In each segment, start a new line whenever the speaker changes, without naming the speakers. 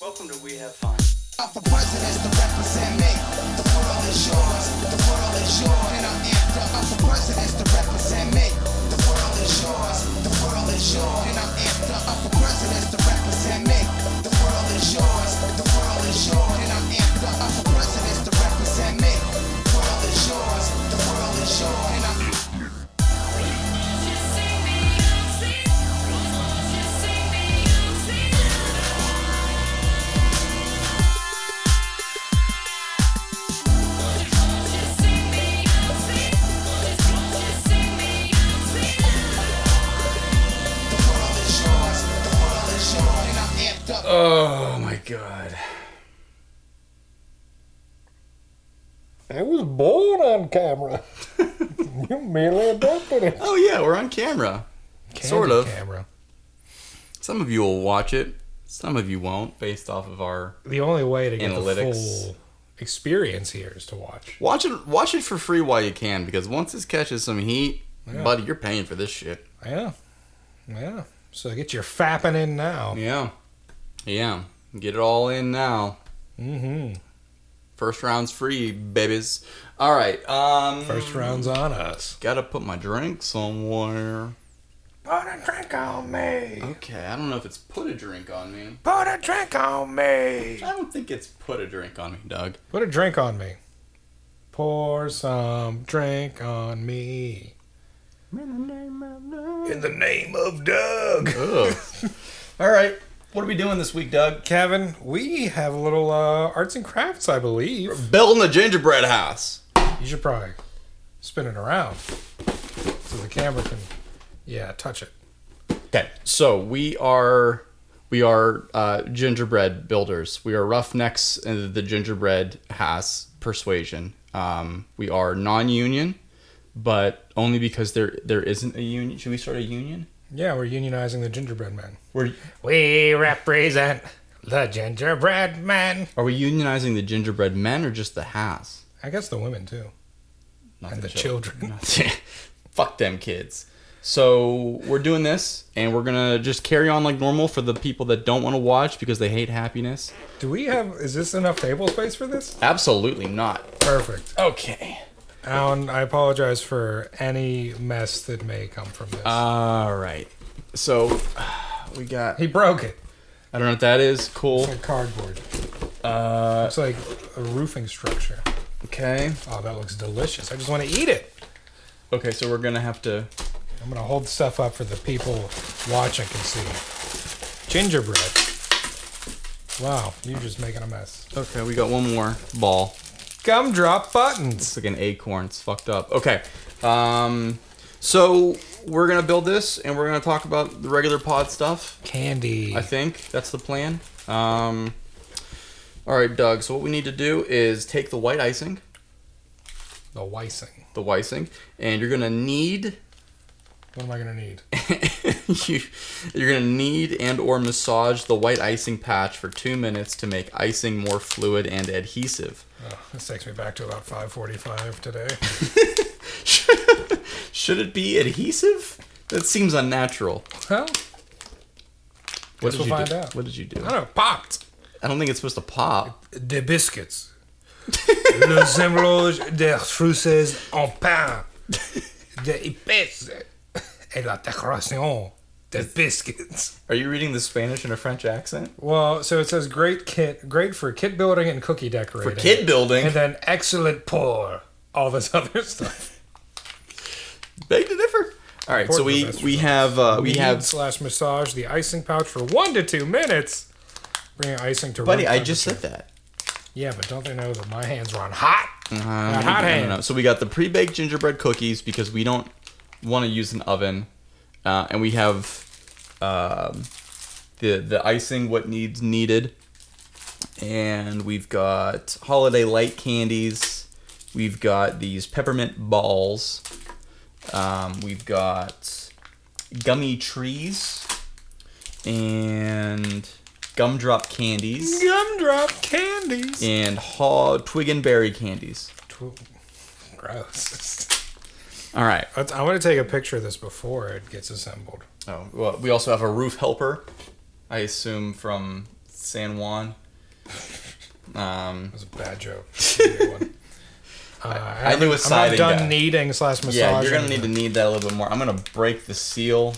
Welcome to We Have Fun.
Up for presidents to represent me. The world is yours. The world is yours. And I'm amped up. Up for presidents to represent me. The world is yours. The world is yours. And I'm amped up. Up for presidents to represent me. The world is yours. The world is yours. And I'm amped up. Up for presidents to represent me. The world is yours. The world is yours. And I'm the world is yours. The world is yours. And I'm amped up.
Oh my god.
It was born on camera. you merely adopted it.
Oh yeah, we're on camera. Sort of.
Camera.
Some of you will watch it, some of you won't, based off of our
The only way to get the
Analytics.
full experience here is to watch.
watch it. Watch it for free while you can, because once this catches some heat,
Yeah.
buddy, you're paying for this shit.
Yeah. Yeah. So get your fapping in now.
Yeah, yeah. Get it all in now.
Mm-hmm.
First round's free, babies. All right. Um,
First round's on us.
Gotta put my drink somewhere.
Put a drink on me.
Okay, I don't know if it's put a drink on me.
Put a drink on me.
I don't think it's put a drink on me, Doug.
Put a drink on me. Pour some drink on me. In the name of Doug.
Ugh. all right. What are we doing this week, Doug?
Kevin, we have a little uh, arts and crafts, I believe.
Building a gingerbread house.
You should probably spin it around so the camera can, yeah, touch it.
Okay, so we are we are uh, gingerbread builders. We are roughnecks in the gingerbread house persuasion. Um, we are non-union, but only because there there isn't a union. Should we start a union?
Yeah, we're unionizing the gingerbread man.
We're,
We represent the gingerbread man.
are we unionizing the gingerbread men or just the house?
I guess the women too,
Not
and the children.
children. Fuck them kids. So we're doing this, and we're gonna just carry on like normal for the people that don't want to watch because they hate happiness.
Do we have? Is this enough table space for this?
Absolutely not.
Perfect.
Okay.
Alan, I apologize for any mess that may come from this.
All right. So we got.
he broke it.
I don't know what that is. Cool.
It's like cardboard. Uh, it's like a roofing structure.
Okay.
Oh, that looks delicious. I just want to eat it.
Okay. So we're gonna have to.
I'm gonna hold stuff up for the people watching can see. Gingerbread. Wow, you're just making a mess.
Okay. We got one more ball.
Gumdrop buttons.
It's like an acorn. It's fucked up. Okay. Um. So we're gonna build this, and we're gonna talk about the regular pod stuff.
Candy.
I think that's the plan. Um. All right, Doug. So what we need to do is take the white icing,
The Weissing.
the icing, and you're gonna need
What am I gonna need?
you, you're gonna knead and or massage the white icing patch for two minutes to make icing more fluid and adhesive.
Oh, this takes me back to about 5:45 today.
Should it be adhesive? That seems unnatural.
well,
What
Guess
did
we'll
you
find
do?
out.
What did you do?
I don't know. Popped.
I don't think it's supposed to pop.
Des biscuits. Les émeraudes des trousses en pain. Des épices. Et la décoration des biscuits.
Are you reading the Spanish in a French accent?
Well, so it says great kit, great for kit building and cookie
For
decorating.
kid building,
And then excellent pour. All this other stuff.
beg to differ. All right, so
Important
we
investors.
we have uh, we
Knead
have.
slash massage the icing pouch for one to two minutes. Bringing icing to
Buddy,
room
I just said
temperature.
that.
Yeah, but don't they know that my hands were on hot?
Um,
Got hot
I don't
hand.
know. So we got the pre-baked gingerbread cookies because we don't want to use an oven, uh, and we have um, the the icing what needs needed, and we've got holiday light candies. We've got these peppermint balls. Um, we've got gummy trees and gumdrop candies
Gumdrop candies.
and haw twig and berry candies.
Tw- Gross.
All right.
Let's- I want to take a picture of this before it gets assembled.
Oh, well, we also have a roof helper, I assume from San Juan. Um,
was a bad joke. Shitty one. Uh, I,
knew a
haven't- I'm
siding
not done
guy.
kneading slash massaging.
yeah, you're gonna need to need that a little bit more. I'm gonna break the seal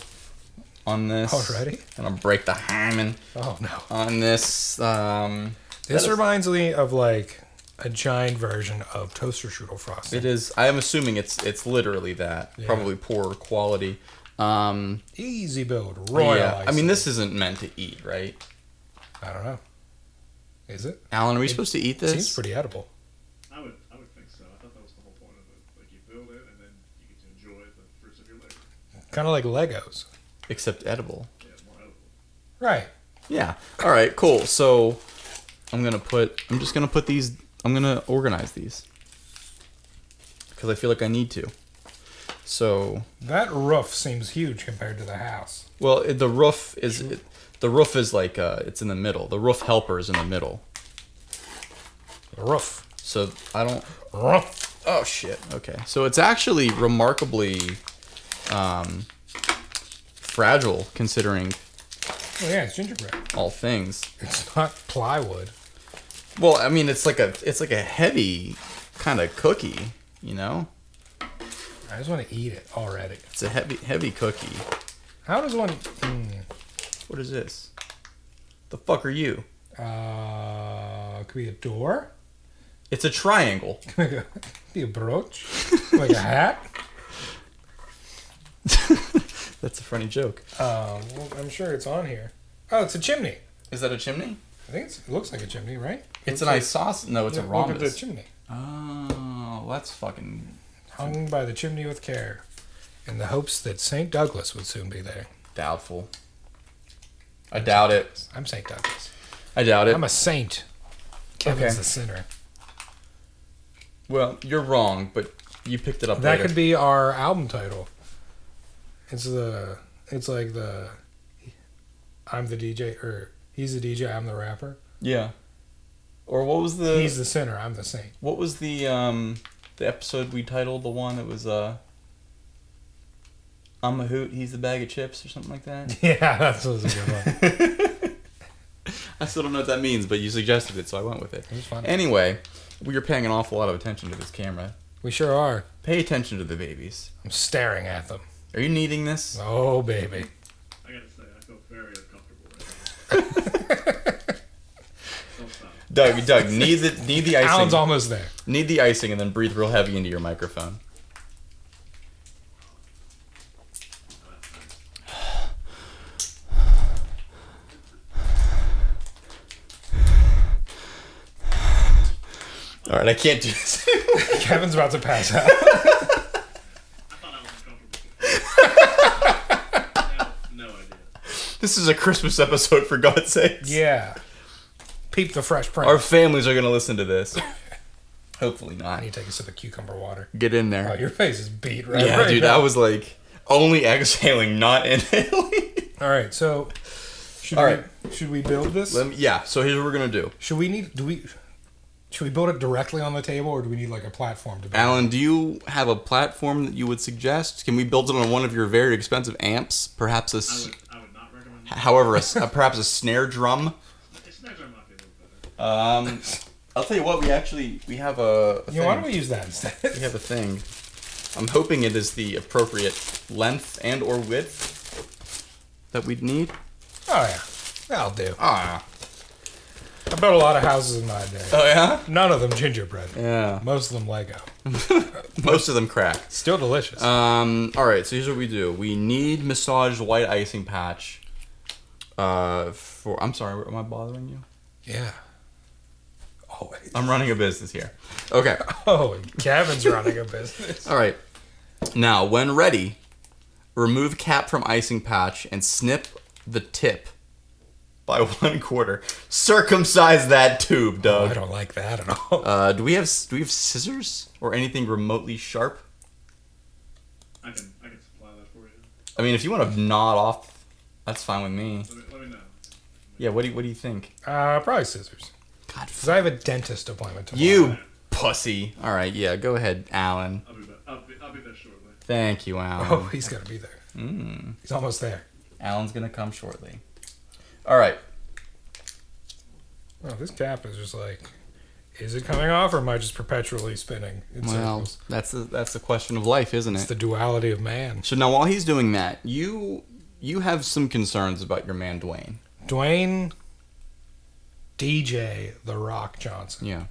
on this.
Already?
I'm gonna break the hymen
Oh no!
on this. Um,
This
Uh, that is-
reminds me of like a giant version of toaster strudel frosting.
It is. I am assuming it's it's literally that.
Yeah.
Probably poorer quality. Um,
Easy build, royal.
Oh, yeah. I mean,
icing.
this isn't meant to eat, right?
I don't know. Is it?
Alan, are we supposed to eat this?
Seems pretty edible.
I would, I would think so. I thought that was the whole point of it. Like you build it, and then you get to enjoy the fruits of your labor.
Kind of like Legos.
Except edible.
Yeah, more edible.
Right.
Yeah. All right. Cool. So I'm gonna put. I'm just gonna put these. I'm gonna organize these because I feel like I need to. So
That roof seems huge compared to the house.
well, it, the roof is. It, the roof is like uh, it's in the middle. The roof helper is in the middle.
Roof.
So I don't.
Roof.
Oh shit. Okay. So it's actually remarkably um, fragile considering
Oh, yeah, it's gingerbread.
all things.
It's not plywood.
Well, I mean, it's like a it's like a heavy kind of cookie. You know,
I just want to eat it already.
it's a heavy heavy cookie.
How does one? Mm,
What is this? The fuck are you?
uh, could be a door.
It's a triangle.
Like a, be a brooch, like a hat.
That's a funny joke.
Um, well, I'm sure it's on here. Oh, it's a chimney.
Is that a chimney?
I think it's, it looks like a chimney, right?
It's an isosceles. No, it's a
Look at the
rhombus.
chimney.
Oh, that's fucking.
Hung by the chimney with care, in the hopes that Saint Douglas would soon be there.
Doubtful. I doubt it.
I'm Saint Douglas.
I doubt it.
I'm a saint. Kevin's
Okay.
the sinner.
Well, you're wrong, but you picked it up.
That
later.
could be our album title. It's the. It's like the. I'm the DJ, or he's the DJ. I'm the rapper.
Yeah. Or what was the
He's the sinner. I'm the saint.
what was the um the episode we titled the one that was uh I'm a hoot, he's the bag of chips or something like that.
Yeah, that was a good one.
I still don't know what that means, but you suggested it, so I went with it.
It was fun.
Anyway, we are paying an awful lot of attention to this camera.
we sure are.
Pay attention to the babies.
I'm staring at them.
Are you needing this?
Oh, baby.
I gotta say, I feel very uncomfortable right now. Don't stop.
Doug, Doug, need the need the
Alan's
icing.
almost there.
Need the icing and then breathe real heavy into your microphone. All right, I can't do this.
Kevin's about to pass out.
I thought I was uncomfortable. no, no idea.
this is a Christmas episode, for God's sake.
yeah. Peep the fresh print.
Our families are going to listen to this. Hopefully not.
I need to take a sip of cucumber water.
Get in
Oh,
there.
your face is beat right,
Yeah,
right
dude,
now.
I was like only exhaling, not inhaling.
All right, so should
All
we
right.
should we build this?
Let me- yeah, so here's what we're going to do.
should we need do we should we build it directly on the table or do we need like a platform to build? it?
Alan, do you have a platform that you would suggest? Can we build it on one of your very expensive amps? Perhaps a,
I
s-
would, I would not recommend that.
however, a, s- a- perhaps a snare drum.
It's next time might be a little better.
Um, I'll tell you what. We actually we have a. a
You know, why don't we use that instead?
We have a thing. I'm hoping it is the appropriate length and or width that we'd need.
Oh yeah. That'll do.
Ah.
I built a lot of houses in my day.
Oh yeah.
None of them gingerbread.
Yeah.
Most of them Lego. Uh,
Most of them crack.
Still delicious.
Um, all right, so here's what we do. We need massaged white icing patch. Uh, for I'm sorry, am I bothering you?
yeah. Oh, it-
I'm running a business here. Okay.
oh, Kevin's running a business.
All right. Now, when ready, remove cap from icing patch and snip the tip by one quarter. Circumcise that tube,
Oh, I
Doug.
don't like that at all.
uh, do we have do we have scissors or anything remotely sharp?
I can, I can supply that for you.
I mean, if you want to nod off, that's fine with me.
Let me, let me know.
Yeah. What do you, what do you think?
Uh, probably scissors.
God,
Because I have a dentist appointment tomorrow.
you pussy. All right. Yeah. Go ahead, Alan.
I'll be, ba- I'll be, I'll be there shortly.
Thank you, Alan. Hmm.
Oh, he's got to be there. He's almost there.
Alan's gonna come shortly. All right.
Oh, this cap is just like, is it coming off or am I just perpetually spinning in
Well,
circles?
that's the, that's the question of life, isn't
It's
it?
the duality of man.
So now, while he's doing that, you you have some concerns about your man Dwayne.
Dwayne DJ The Rock Johnson.
Yeah,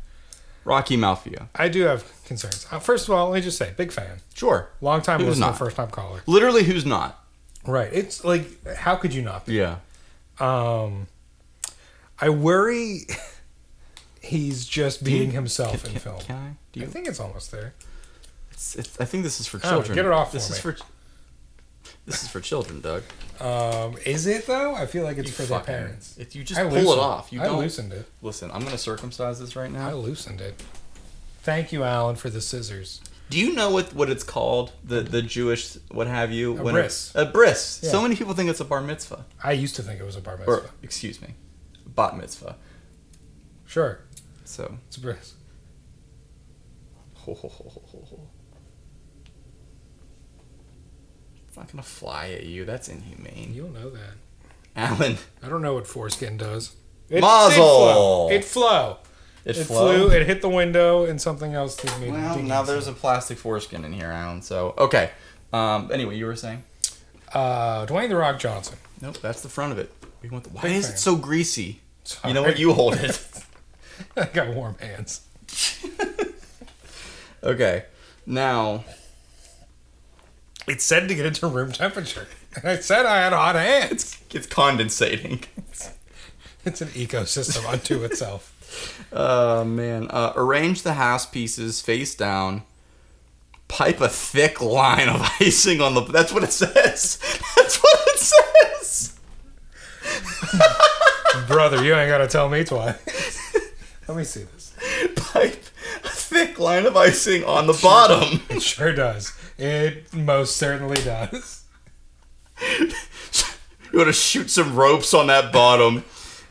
Rocky Malfia.
I do have concerns. Uh, First of all, let me just say, big fan.
Sure.
Long time
Who's
listener,
not?
first time caller.
Literally, who's not?
Right. It's like, how could you not be?
Yeah.
Um, I worry he's just being himself in
Can,
film.
can I? Do
I
you?
think it's almost there.
It's, it's, I think this is for
Oh,
children.
get it off
This
for
is
me.
for. This is for children, Doug.
Um, is it though? I feel like it's
You
for their
fucking-
parents.
If you just
I
pull
loosened-
it off, you
I
don't.
loosened it.
Listen, I'm gonna circumcise this right
I
now.
loosened it. Thank you, Alan, for the scissors.
Do you know what, what it's called? The the Jewish what have you?
A
it-
bris.
a bris.
Yeah.
So many people think it's a bar mitzvah,
I used to think it was a bar mitzvah.
or excuse me, bat mitzvah.
Sure,
So.
it's a bris.
Ho, ho, ho, ho, ho, ho. It's not gonna fly at you. That's inhumane.
You'll know that.
Alan,
I don't know what foreskin does. It, it
Mazel!
flow. It flow.
it,
It,
flew.
flew. It hit the window and something else. did me-
well,
did
now
me-
there's a plastic foreskin in here, Alan. So okay. Um. Anyway, you were saying.
uh, Dwayne the Rock Johnson.
Nope, that's the front of it. We want the. Why
Big
is
fan.
it so greasy?
Sorry.
You know what? You hold it.
I got warm hands.
okay. Now,
It said to get it to room temperature. And I said I had hot hands.
it's condensating.
It's an ecosystem unto itself.
Oh man. Uh, arrange the house pieces face down. Pipe a thick line of icing on the. That's what it says. That's what it says.
Brother, you ain't gotta tell me twice. Let me see this.
Pipe a thick line of icing on the bottom.
It sure does. It most certainly does.
You want to shoot some ropes on that bottom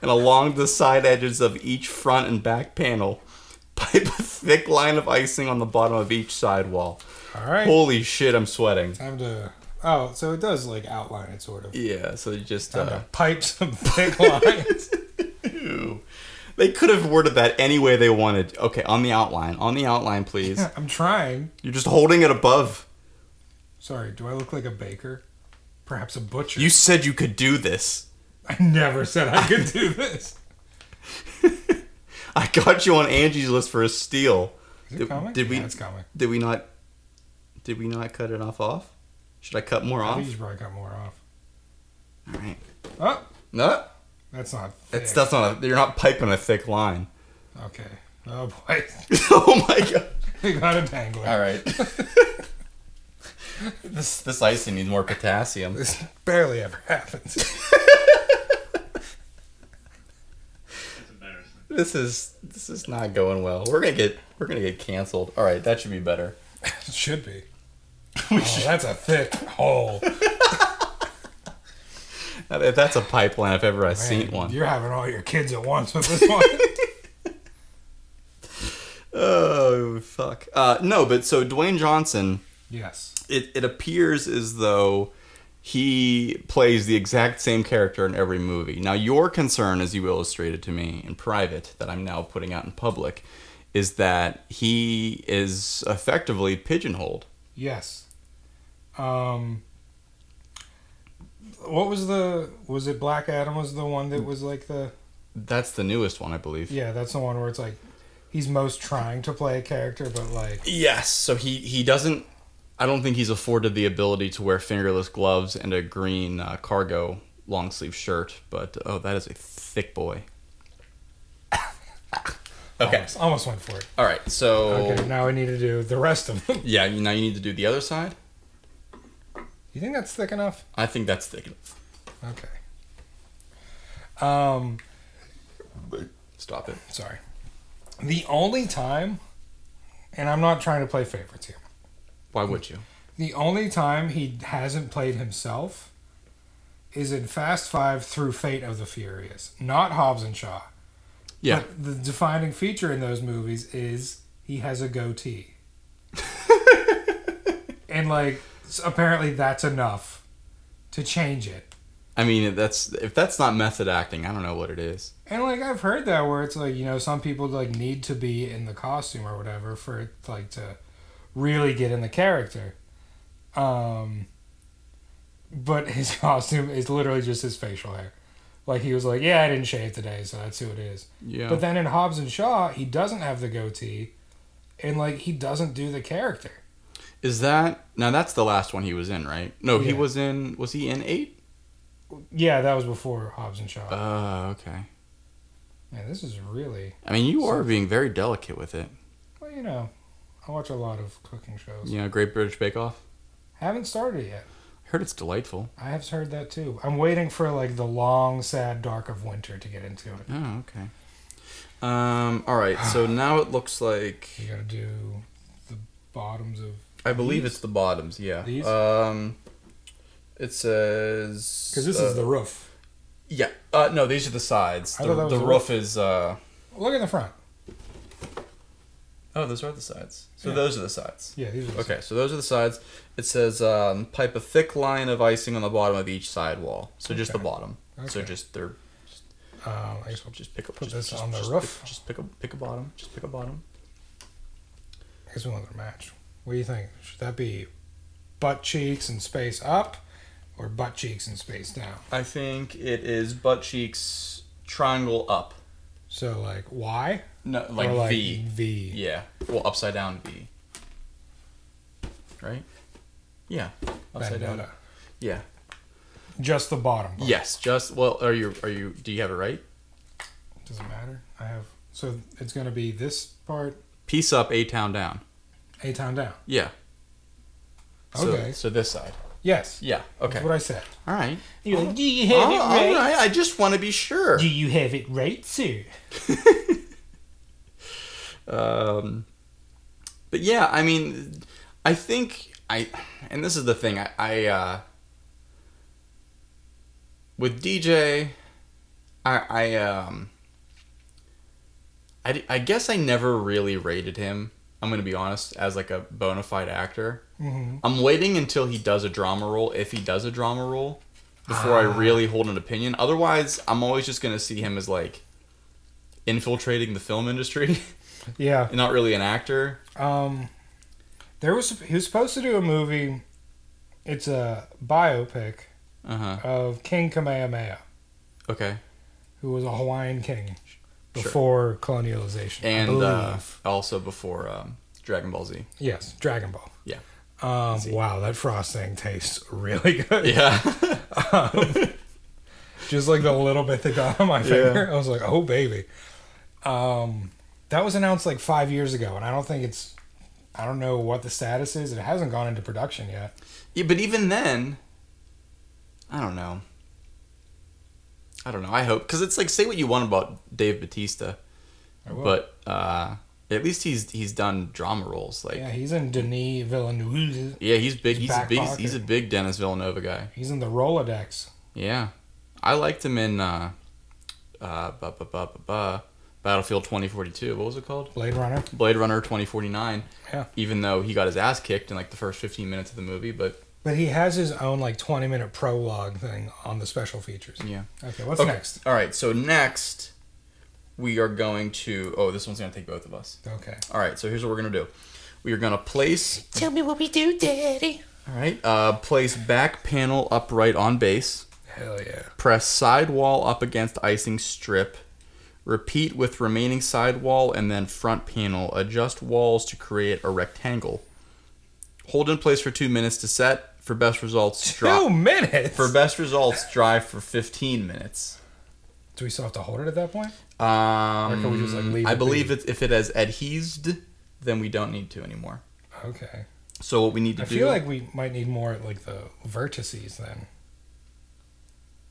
and along the side edges of each front and back panel. Pipe a thick line of icing on the bottom of each sidewall.
All right.
Holy shit, I'm sweating.
Time to. Oh, so it does like outline it sort of.
Yeah, so you just.
Time
Uh,
to pipe some thick lines.
Ew. They could have worded that any way they wanted. Okay, on the outline. On the outline, please.
I'm trying.
You're just holding it above.
Sorry, do I look like a baker? Perhaps a butcher.
You said you could do this.
I never said I could do this.
I got you on Angie's list for a steal.
Is it
Did-
coming?
did we-
Yeah, it's coming.
Did we not? Did we not cut it off? Off? Should I cut more
I
off?
think you probably got more off.
All right.
Oh,
No,
that's not.
that's
thick.
that's not. A, you're not piping a thick line.
Okay. Oh boy,
oh my god.
we got a tangler.
All right. this this icing needs more potassium.
This barely ever happens.
It's embarrassing.
This is this is not going well. We're gonna get we're gonna get canceled. All right, that should be better.
it should be. Oh, that's a thick hole.
If that's a pipeline, if ever I've seen
Man,
one.
You're having all your kids at once with this one.
Oh fuck. Uh, no, but so Dwayne Johnson,
yes.
it, it appears as though he plays the exact same character in every movie. Now, your concern, as you illustrated to me in private, that I'm now putting out in public, is that he is effectively pigeonholed.
Yes. Um. What was the? Was it Black Adam? Was the one that was like the?
That's the newest one, I believe.
Yeah, that's the one where it's like, he's most trying to play a character, but like,
Yes. So he he doesn't. I don't think he's afforded the ability to wear fingerless gloves and a green uh, cargo long sleeve shirt. But oh, that is a thick boy. okay.
almost, almost went for it.
All right. So
Okay, now I need to do the rest of them.
yeah, you- now you need to do the other side.
you think that's thick enough?
I think that's thick enough.
Okay. Um,
Stop it.
sorry. The only time, and I'm not trying to play favorites here.
Why would you?
The only time he hasn't played himself is in Fast Five through Fate of the Furious, not Hobbs and Shaw.
Yeah.
But the defining feature in those movies is he has a goatee. and like s- apparently that's enough to change it.
I mean, that's if that's not method acting, I don't know what it is.
And like I've heard that where it's like you know some people like need to be in the costume or whatever for it like to really get in the character. Um, but his costume is literally just his facial hair. Like he was like, yeah, I didn't shave today, so that's who it is.
Yeah.
But then in Hobbs and Shaw, he doesn't have the goatee, and like he doesn't do the character.
is that now? That's the last one he was in, right? No, he
Yeah.
was in. Was he in eight?
Yeah, that was before Hobbs and Shaw.
Oh, okay.
Man, this is really
I mean, you are being very delicate with it.
well. You know, I watch a lot of cooking shows.
You know, Great British Bake Off.
Haven't started it yet.
Heard it's delightful.
I have heard that too. I'm waiting for like the long, sad dark of winter to get into it.
Oh, okay. Um. All right. So now it looks like
You gotta do the bottoms of
I believe it's the bottoms. Yeah.
These?
Um. It says
because this
uh,
is the roof.
yeah. Uh, no, these are the sides.
I
The,
thought that was
the
the
roof is uh.
Look at the front.
Oh, those are the sides. So
Yeah.
those are the sides.
Yeah, these are. The
Okay, so those are the sides. It says um, pipe a thick line of icing on the bottom of each side wall. So just
Okay.
the bottom. So
Okay.
just they're
Um, I guess we'll just.
just pick a
Put
just,
this
just-
on the
just
roof.
pick- just pick a pick a bottom. Just pick a bottom.
I guess we want to match. What do you think? Should that be butt cheeks and space up, or butt cheeks and space down?
I think it is butt cheeks triangle up.
So like Y
No, Uh, like,
or
V.
V.
Yeah. Well, upside down V. Right? Yeah. Upside down.
Bandana.
Yeah.
Just the bottom. part.
Yes, just well, are you are you do you have it right?
Doesn't matter. I have. So it's gonna be this part
Piece up, A town down.
a town down.
Yeah. So-
Okay.
So this side.
Yes.
Yeah.
That's
Okay.
what I said.
All right.
You're like, do you
Oh, all right. I just want to be sure.
you have it right, sir?
Um, but yeah, I mean, I think I, and this is the thing. I, I uh, with DJ, I, I um, I, d- I guess I never really rated him. I'm gonna be honest, as like a bona fide actor.
hmm
I'm waiting until he does a drama role, if he does a drama role, before I
Ah.
really hold an opinion. Otherwise, I'm always just gonna see him as like infiltrating the film industry,
Yeah.
and not really an actor.
Um, there was he was supposed to do a movie. It's a biopic
Uh huh.
of King Kamehameha,
Okay.
who was a Hawaiian king before colonialization. I
And uh,
believe.
also before um, Dragon Ball Z.
yes, Dragon Ball.
Yeah.
Um, wow, that frosting tastes really good.
Yeah.
Just like the little bit that got on my finger, I was like, "Oh baby." Um, that was announced like five years ago, and I don't think it's. I don't know what the status is. It hasn't gone into production yet.
yeah. But even then, I don't know. I don't know. I hope because it's like say what you want about Dave Batista,
I will.
but uh, at least he's he's done drama roles. Like
yeah,
yeah,
he's in Denis Villeneuve.
he's big.
He's
He's, a
back
big.
pocket.
He's a big Dennis Villanova guy.
He's in the Rolodex.
Yeah, I liked him in uh, uh, ba ba ba ba ba, Battlefield 2042. What was it called?
Blade Runner.
Blade Runner 2049.
Yeah.
Even though he got his ass kicked in like the first 15 minutes of the movie, but
But he has his own like 20 minute prologue thing on the special features.
yeah.
Okay, what's next?
All right. So next, we are going to. Oh, this one's gonna take both of us.
Okay.
All right. So here's what we're gonna do. We are gonna place.
Tell me what we do, Daddy.
All right. Uh, place back panel upright on base.
Hell yeah.
Press side wall up against icing strip. Repeat with remaining side wall and then front panel. Adjust walls to create a rectangle. Hold in place for two minutes to set. For best results, drop.
Two minutes.
For best results, drive for 15 minutes.
Do we still have to hold it at that point?
Um,
can we just, like, leave
I
it
believe
be?
it's, if it has adhesed, then we don't need to anymore.
Okay.
So what we need to
I
do?
feel like we might need more like the vertices then.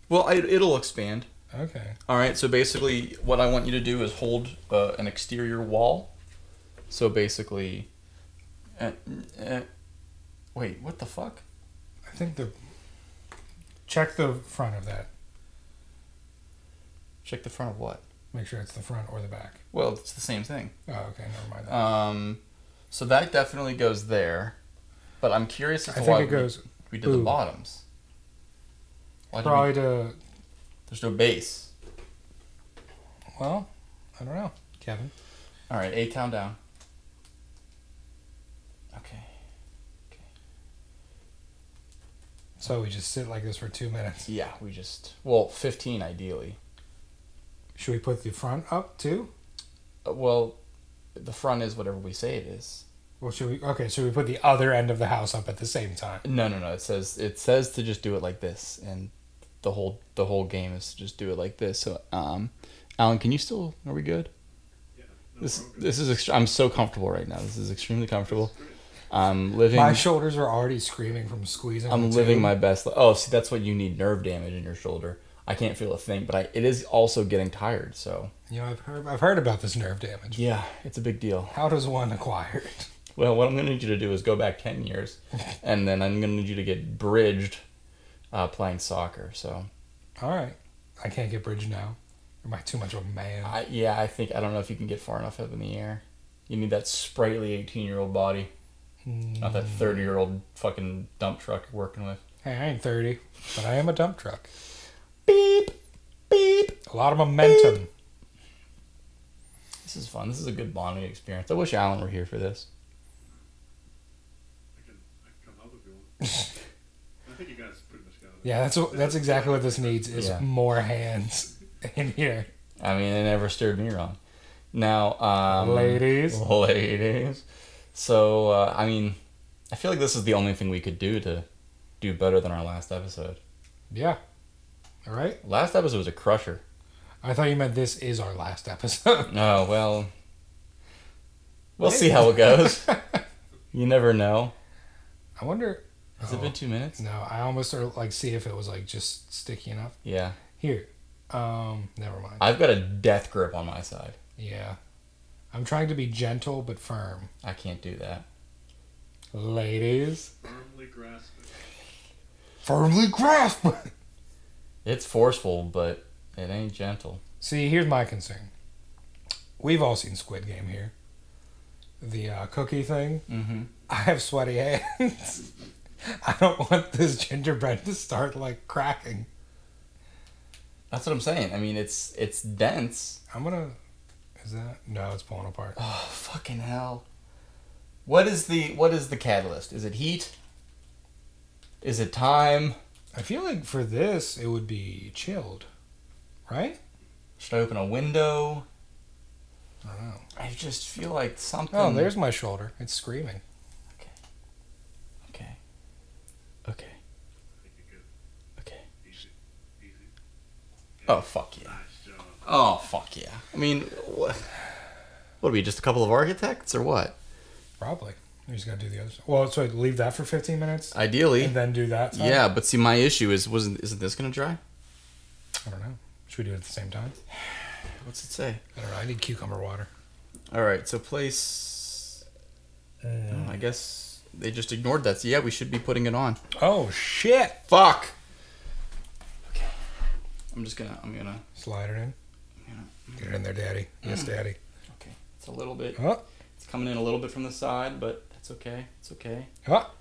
well, I, it'll expand.
Okay.
All right. So basically, what I want you to do is hold uh, an exterior wall. So basically, uh, uh, wait, what the fuck?
I think the check the front of that.
Check the front of what?
Make sure it's the front or the back.
Well, it's the same thing.
Oh, okay. Never mind. That.
Um, so that definitely goes there, but I'm curious as
I
to
think
why
it goes
we, we did the
boom.
bottoms. Why do we,
Probably to
there's no bass.
well, I don't know, Kevin.
All right, eight count down. Okay.
So we just sit like this for two minutes.
Yeah, we just well, fifteen ideally.
Should we put the front up too?
Uh, well, the front is whatever we say it is.
Well, should we? Okay, should we put the other end of the house up at the same time?
No, no, no. It says it says to just do it like this, and the whole the whole game is to just do it like this. So, um, Alan, can you still? Are we good?
Yeah. No,
This
we're all good.
this is ext- I'm so comfortable right now. This is extremely comfortable. I'm living.
My shoulders are already screaming from squeezing.
I'm
the
living
tube.
my best. Li- oh, see, that's what you need nerve damage in your shoulder. I can't feel a thing, but I it is also getting tired. So
You know, I've heard I've heard about this nerve damage.
yeah, it's a big deal.
How does one acquire it?
Well, what I'm going to need you to do is go back 10 years, and then I'm going to need you to get bridged uh, playing soccer. So,
All right, I can't get bridge now. Am I too much of a man?
I, yeah, I think, I don't know if you can get far enough up in the air. You need that sprightly 18 year old body, not that 30 year old fucking dump truck you're working with.
hey, I ain't thirty, but I am a dump truck.
Beep! Beep!
A lot of momentum.
This is fun. This is a good bonding experience. I wish Alan were here for this.
I can, I can come help if you want. I think you guys pretty much got it.
Yeah, that's what, that's exactly what this needs is
Yeah.
more hands in here,
I mean, it never steered me wrong. Now, um,
ladies.
ladies. So, uh, I mean, I feel like this is the only thing we could do to do better than our last episode.
Yeah. All right.
Last episode was a crusher.
I thought you meant this is our last episode.
Oh well, we'll see how it goes. you never know.
I wonder.
Has it
Oh.
been two minutes?
No, I almost started like see if it was like just sticky enough.
Yeah,
Here. Um. Never mind.
I've got a death grip on my side.
Yeah. I'm trying to be gentle but firm.
I can't do that.
Ladies.
Firmly grasp it.
Firmly grasp.
It's forceful, but it ain't gentle.
See, here's my concern. We've all seen Squid Game here. The uh, cookie thing.
Mm-hmm.
I have sweaty hands. I don't want this gingerbread to start like cracking.
That's what I'm saying. I mean, it's it's dense.
I'm gonna. Is that no? It's pulling apart.
Oh fucking hell! What is the what is the catalyst? Is it heat? Is it time?
I feel like for this it would be chilled, right?
Should I open a window?
I don't know.
I just feel like something.
Oh, there's my shoulder. It's screaming.
Okay. Okay.
I think you're good.
Okay.
Easy. Easy.
Oh fuck yeah!
Nice job.
Oh fuck yeah! I mean, what? What are we? Just a couple of architects or what?
Probably. You just gotta do the other. Side. Well, so leave that for 15 minutes
Ideally.
and then do that. Side?
Uh, Yeah, but see, my issue is wasn't isn't this gonna dry?
I don't know. Should we do it at the same time?
What's it say?
I don't know. I need cucumber water.
All right, so place. Oh, I guess they just ignored that. So yeah, we should be putting it on.
Oh shit!
Fuck. Okay. I'm just gonna. I'm gonna.
Slide it in.
Yeah. Mm.
Get it in there, daddy. Yes, daddy.
Okay. It's a little bit.
Oh,
It's coming in a little bit from the side, but that's okay. It's okay.
oh.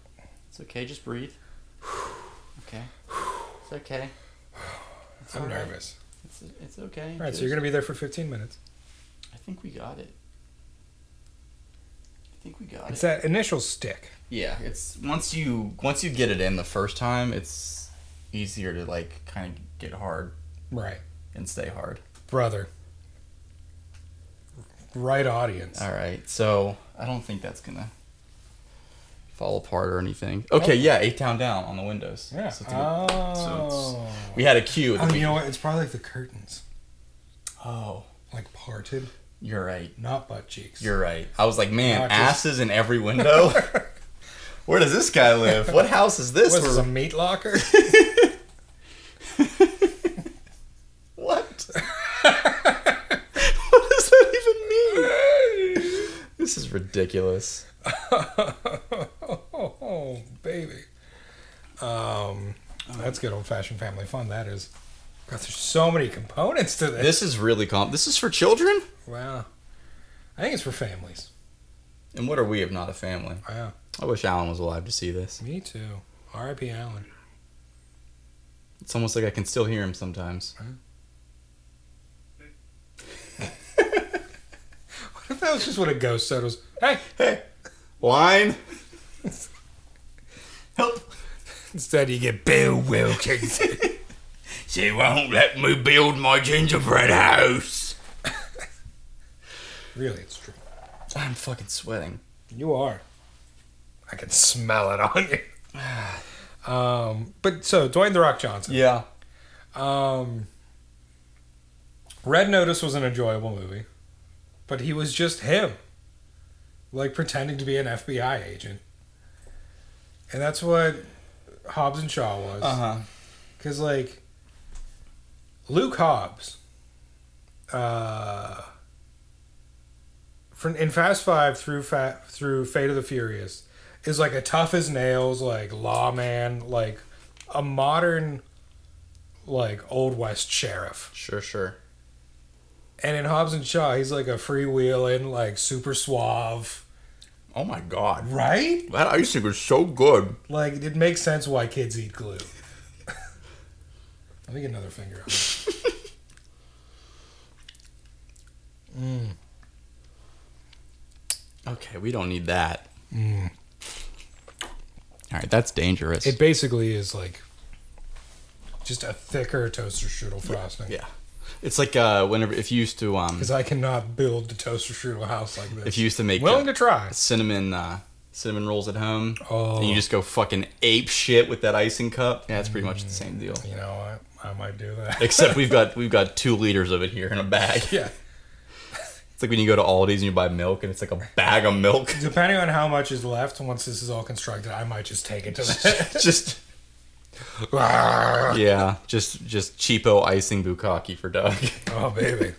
It's okay. Just breathe. Okay. It's okay. It's
I'm
all right.
nervous.
It's, it's okay.
All right, so you're gonna be there for 15 minutes.
I think we got it. I think we got
It's
it.
that initial stick.
yeah. It's once you once you get it in the first time, it's easier to like kind of get hard
Right,
and stay hard.
brother. Right audience.
All right, so I don't think that's gonna fall apart or anything. Okay, yeah, eight down down on the windows.
Yeah.
So it's a good-
Oh.
so we had a cue. at the
I mean, you
beginning.
know what? It's probably like the curtains,
oh,
like parted,
you're right.
not butt cheeks.
You're right. I was like, man,
Not just-
asses in every window. Where does this guy live? What house is this?
What is this,
where-
a meat locker?
What? what does that even mean? This is ridiculous.
oh, baby. Um, that's good old-fashioned family fun. That is. God, there's so many components to this.
This is really comp. This is for children.
Wow. I think it's for families.
And what are we if not a family?
Wow.
I wish Alan was alive to see this.
Me too. R.I.P. Allen.
It's almost like I can still hear him sometimes.
What if that was just what a ghost said was, hey,
Wine. Help.
instead you get Bill Wilkins.
She won't let me build my gingerbread house.
really, it's true.
I'm fucking sweating.
You are. I can smell it on you. um, but so Dwayne the Rock Johnson.
Yeah.
Um, Red Notice was an enjoyable movie, but he was just him, like pretending to be an FBI agent, and that's what Hobbs and Shaw was.
huh.
Because like Luke Hobbs, uh, from in Fast Five through Fa- through Fate of the Furious, is like a tough as nails, like lawman, like a modern, like old west sheriff.
Sure, sure.
And in Hobbs and Shaw, he's like a freewheeling, like super suave,
Oh my god.
right?
That icing was so good.
Like it makes sense why kids eat glue. Let me get another finger. Out. mm.
Okay, we don't need that. Mm. All right, that's dangerous.
It basically is like just a thicker toaster strudel frosting.
yeah. It's like uh whenever if you used to um
Because I cannot build a toaster strudel house like this.
if you used to make
willing
uh,
to try,
cinnamon uh cinnamon rolls at home
Oh.
and you just go fucking ape shit with that icing cup. Yeah, it's pretty much the same deal.
you know, I, I might do that.
Except we've got we've got 2 liters of it here in a bag.
yeah.
It's like when you go to Aldi's and you buy milk and it's like a bag of milk.
Depending on how much is left once this is all constructed, I might just take it to the. Oh,
just yeah, just just cheapo icing bukkake for Doug.
oh baby,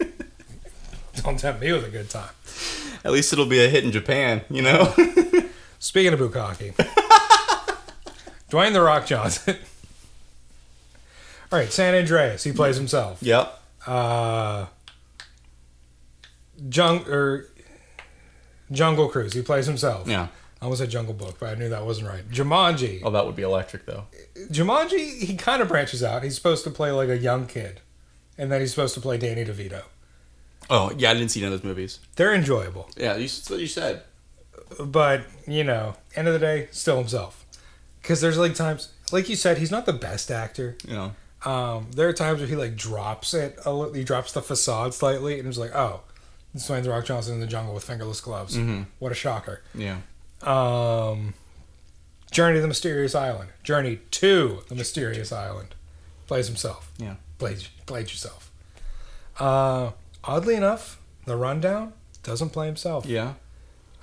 don't tempt me with a good time.
At least it'll be a hit in Japan, you know.
Speaking of Bukaki, Dwayne the Rock Johnson. All right, San Andreas. He plays himself.
yep.
Uh, Jung or Jungle Cruise. He plays himself.
Yeah.
I almost said Jungle Book, but I knew that wasn't right. Jumanji.
Oh, that would be electric though.
Jumanji. He kind of branches out. He's supposed to play like a young kid, and then he's supposed to play Danny DeVito.
Oh yeah, I didn't see none of those movies.
They're enjoyable,
Yeah, you, that's what you said.
but you know, end of the day, still himself. Because there's like times, like you said, he's not the best actor.
You know.
Um, there are times where he like drops it. A little, he drops the facade slightly, and it's like, oh, it's Dwayne the Rock Johnson in the jungle with fingerless gloves.
Mm-hmm.
What a shocker!
Yeah.
Um, Journey to the Mysterious Island. Journey to the Mysterious Island. Plays himself.
Yeah.
Plays played yourself. Uh, oddly enough, the rundown doesn't play himself.
Yeah.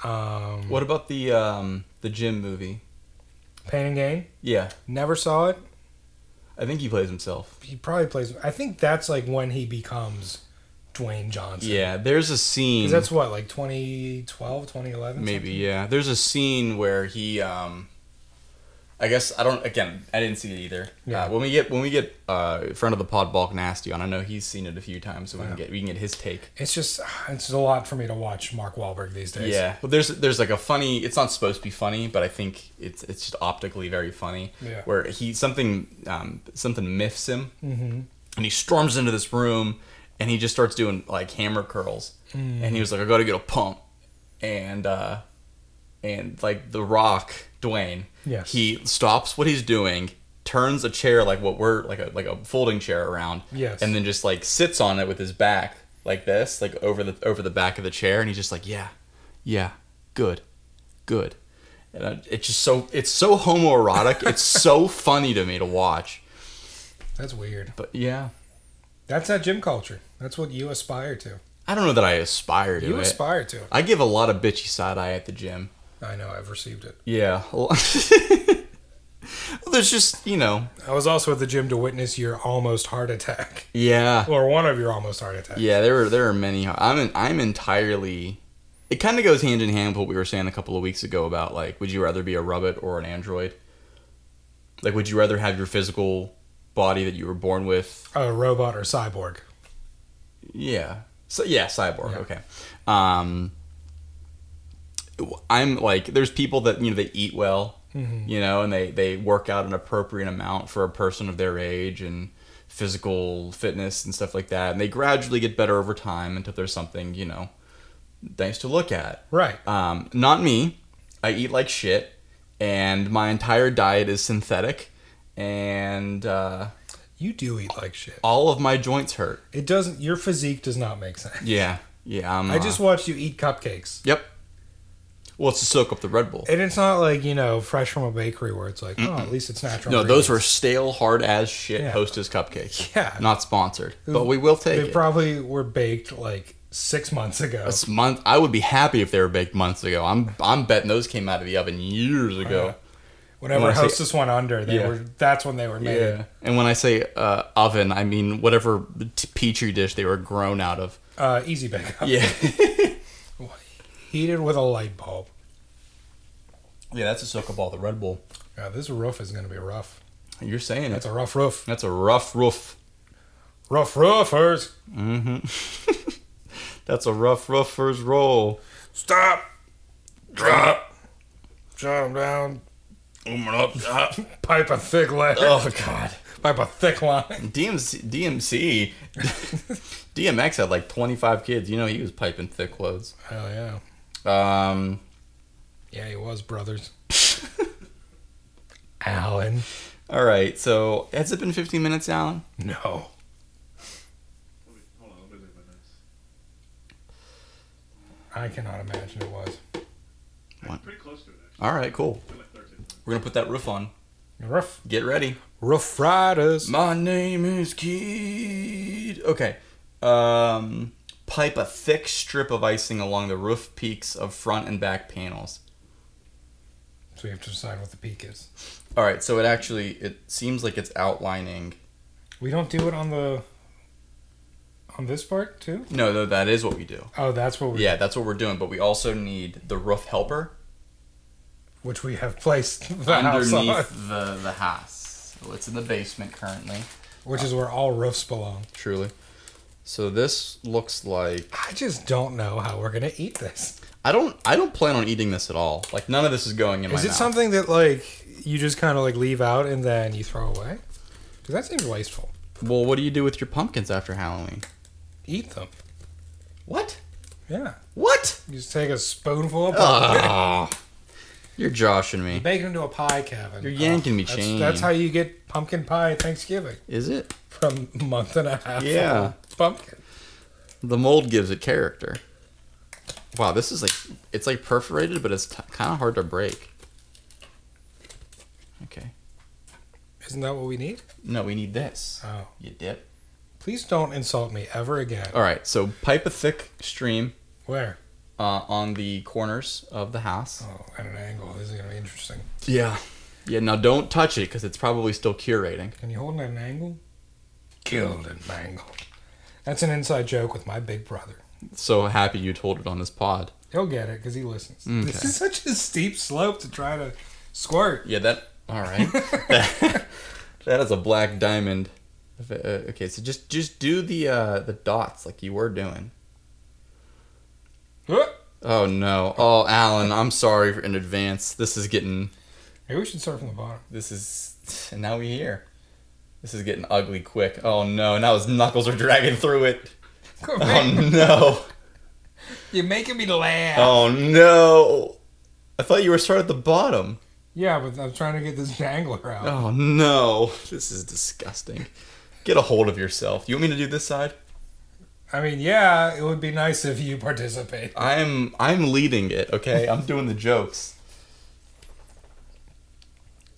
Um,
What about the um the gym movie?
Pain and Gain.
Yeah,
Never saw it.
I think he plays himself.
He probably plays. I think that's like when he becomes Dwayne Johnson.
Yeah, there's a scene.
Because that's what, like 2012, 2011?
maybe yeah. There's a scene where he um. I guess I don't. Again, I didn't see it either.
Yeah.
Uh, when we get when we get uh friend of the pod Balk Nasty on, I know he's seen it a few times, so we can get we can get his take.
It's just, it's just a lot for me to watch Mark Wahlberg these days.
Yeah. Well, there's there's like a funny. It's not supposed to be funny, but I think it's it's just optically very funny.
Yeah.
Where he something um, something miffs him,
Mm-hmm.
and he storms into this room, and he just starts doing like hammer curls,
Mm.
and he was like, "I got to get a pump," and uh, and like the Rock Dwayne,
Yes.
he stops what he's doing. Turns a chair like what we're like a like a folding chair around,
Yes.
and then just like sits on it with his back like this, like over the over the back of the chair, and he's just like, yeah, yeah, good, good. And I, it's just so it's so homoerotic. it's so funny to me to watch.
That's weird.
But yeah,
That's not gym culture. That's what you aspire to.
I don't know that I aspire to
You
it.
aspire to it.
I give a lot of bitchy side eye at the gym.
I know, I've received it.
Yeah. a lo- There's just you know
I was also at the gym to witness your almost heart attack,
yeah
or one of your almost heart attacks.
yeah there are there are many I'm en- I'm entirely it kind of goes hand in hand with what we were saying a couple of weeks ago about like would you rather be a rubbit or an android like would you rather have your physical body that you were born with
A robot or cyborg.
Yeah. So yeah, cyborg.
Yeah.
Okay. Um, I'm like, there's people that you know they eat well
Mm-hmm.
you know, and they they work out an appropriate amount for a person of their age and physical fitness and stuff like that, and they gradually get better over time until there's something you know nice to look at.
Right.
Um, not me. I eat like shit, and my entire diet is synthetic, and uh,
You do eat like shit.
all of my joints hurt.
It doesn't. Your physique does not make sense.
Yeah, yeah. I'm,
I just
uh,
watched you eat cupcakes,
yep. Well, it's to soak up the Red Bull.
and it's not like you know fresh from a bakery where it's like, oh, at least it's natural.
No, those were
ingredients.
stale, hard as shit
Yeah.
Hostess cupcakes.
Yeah.
not sponsored, but we will take
They
it.
probably were baked like six months ago.
This month, I would be happy if they were baked months ago. I'm, I'm betting those came out of the oven years ago.
Whenever
when I say-
Hostess went under, they
Yeah.
were. That's when they were made.
And when I say uh, oven, I mean whatever t- petri dish they were grown out of.
Uh, easy bake up.
Yeah.
Heated with a light bulb.
Yeah, that's a soak up all the Red Bull.
Yeah, this roof is gonna be rough.
You're saying
That's
it.
a rough roof.
That's a rough roof.
Rough roofers.
That's a rough rough first roll.
Stop. Drop. Jump down. Pipe a thick line.
Oh God.
Pipe a thick line.
DMC, DMC, DMX had like 25 kids. You know he was piping thick loads.
Hell yeah.
Um,
Yeah, he was brothers. Alan.
all right. So has it been 15 minutes, Alan?
No.
Let me- Hold on, let me look at my notes.
I cannot imagine it was.
What?
Pretty close to it, actually.
All right, cool.
We're like 13 minutes.
We're gonna put that roof on.
Rough.
Get ready.
Rough Riders.
My name is Kid. Okay. Um, pipe a thick strip of icing along the roof peaks of front and back panels.
So we have to decide what the peak is.
All right. So it actually it seems like it's outlining.
We don't do it on the. On this part too?
No, no, that is what we do.
Oh, that's what we.
Yeah, that's what we're doing. But we also need the roof helper
Which we have placed the house on,
underneath the the house. So it's in the basement currently.
which is where all roofs belong.
Truly. So this looks like
I just don't know how we're gonna eat this.
I don't I don't plan on eating this at all. Like none of this is going in my
Is it
mouth.
something that like you just kind of like leave out and then you throw away? Because that seems wasteful.
well, what do you do with your pumpkins after Halloween?
Eat them.
What?
Yeah.
What?
You just take a spoonful of
Oh, you're joshing me.
bake them into a pie, Kevin.
You're yanking me
that's,
chain.
That's how you get pumpkin pie at Thanksgiving
Is it?
from a month and a half.
Yeah.
of Pumpkin.
The mold gives it character. Wow, this is like it's like perforated, but it's t- kind of hard to break. Okay.
Isn't that what we need?
No, we need this.
Oh.
You dip.
Please don't insult me ever again.
All right. So pipe a thick stream
Where?
uh, on the corners of the house.
Oh, at an angle. This is gonna be interesting.
Yeah. Yeah. Now don't touch it because it's probably still curating.
Can you hold it at an angle? Killed at an angle. That's an inside joke with my big brother.
So happy you told it on this pod.
He'll get it because he listens. This is such a steep slope to try to squirt.
Yeah, that. All right. that is a black diamond. If it- uh, Okay, so just just do the uh, the dots like you were doing.
Huh.
Oh no! Oh, Alan, I'm sorry for- in advance. This is getting
Maybe we should start from the bottom.
this is and now we here. This is getting ugly quick. Oh no! Now his knuckles are dragging through it.
Come
Oh
on,
no!
You're making me laugh.
Oh no! I thought you were starting at the bottom.
Yeah, but I'm trying to get this dangler out.
Oh no! This is disgusting. Get a hold of yourself. You want me to do this side?
I mean, yeah, it would be nice if you participate.
I'm I'm leading it, okay? I'm doing the jokes.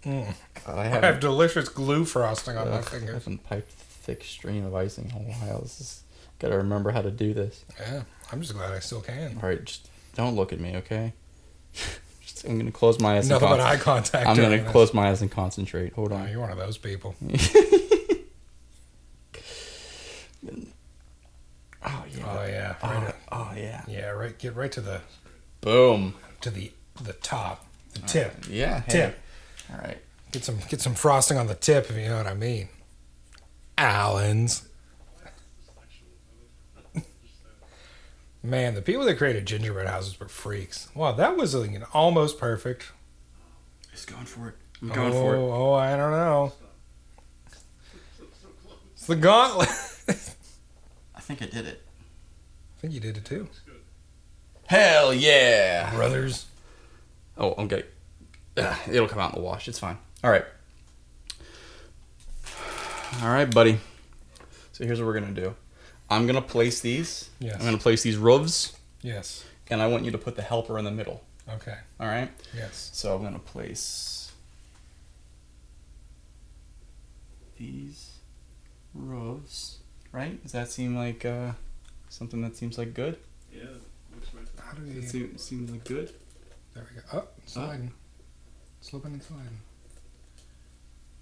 I
I have
haven't,
delicious glue frosting on Mm. my
ugh, I
fingers.
haven't piped thick stream of icing in a while. This is, gotta remember how to do this.
Yeah, I'm just glad I still can.
All right, just don't look at me, okay? Just- I'm gonna close my eyes. and
Nothing but
concen-
eye contact.
I'm
during
gonna
this.
close my eyes and concentrate. Hold
Oh,
on.
you're one of those people.
Oh yeah.
Oh yeah, right
Oh,
up.
oh, yeah.
yeah, right. Get right to the
Boom.
to the the top, the tip,
Yeah. hey.
tip.
All right.
Get some get some frosting on the tip if you know what I mean. Allen's. Man, the people that created gingerbread houses were freaks. Wow, that was like an almost perfect
He's going for it. I'm going for it.
Oh, oh, I don't know.
So, so close.
It's the gauntlet. I
I think I did it.
think you did it too,
Looks good.
Hell yeah.
brothers.
Oh, okay. Ugh, it'll come out in the wash. It's fine. All right. All right, buddy. So here's what we're gonna do. I'm gonna place these.
Yes.
I'm gonna place these roofs,
Yes.
and I want you to put the helper in the middle.
Okay.
All right.
Yes.
So I'm gonna place these roofs. Right? Does that seem like uh, something that seems like good?
Yeah, looks right.
How do
Does
we?
it seem, seem like good?
There we go. Up,
Oh.
sliding, slipping and sliding.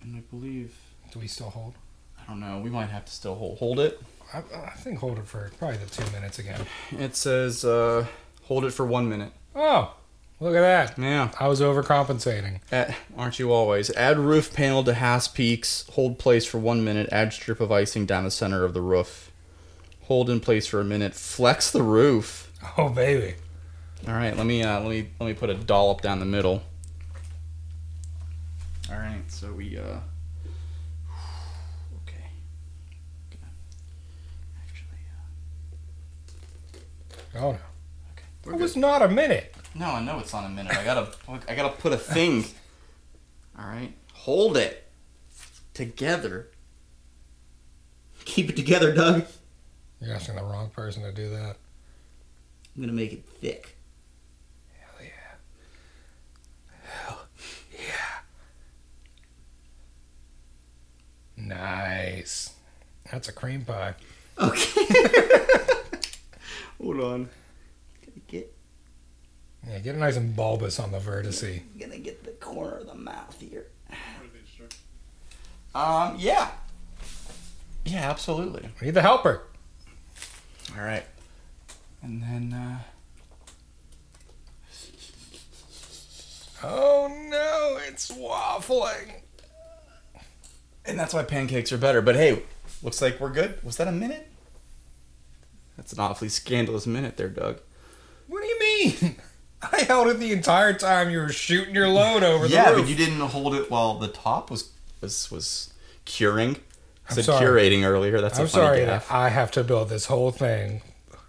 And I believe
Do we still hold?
I don't know. We might have to still hold, hold it.
I, I think hold it for probably the two minutes again.
It says uh, hold it for one minute.
Oh, look at that.
Yeah.
I was overcompensating.
At, aren't you always? Add roof panel to Haas Peaks. Hold place for one minute. Add strip of icing down the center of the roof. Hold in place for a minute. Flex the roof.
Oh, baby.
All right. Let me uh, let me let me put a dollop down the middle. All right. So we. Uh, okay. Okay. Actually,
Oh, no.
uh, okay.
It
We're good.
was not a minute.
No, I know it's not a minute. I gotta, I gotta put a thing. All right, hold it together.
Keep it together, Doug.
You're asking the wrong person to do that.
I'm gonna make it thick.
Hell yeah. Hell yeah. Nice. That's a cream pie.
Okay. Hold on. Gonna get,
Yeah, get it nice and bulbous on the vertice.
gonna get the corner of the mouth here.
What are the instructions?
Um, yeah. Yeah, absolutely.
We need the helper.
All right, and then uh,
Oh no, it's waffling.
and that's why pancakes are better. But hey, looks like we're good. Was that a minute? That's an awfully scandalous minute there, Doug.
What do you mean? I held it the entire time you were shooting your load over
yeah,
the roof.
but you didn't hold it while the top was was was curing. I
I'm
said
sorry.
curating earlier. That's
I'm
a funny
sorry
gaff.
that I have to build this whole thing.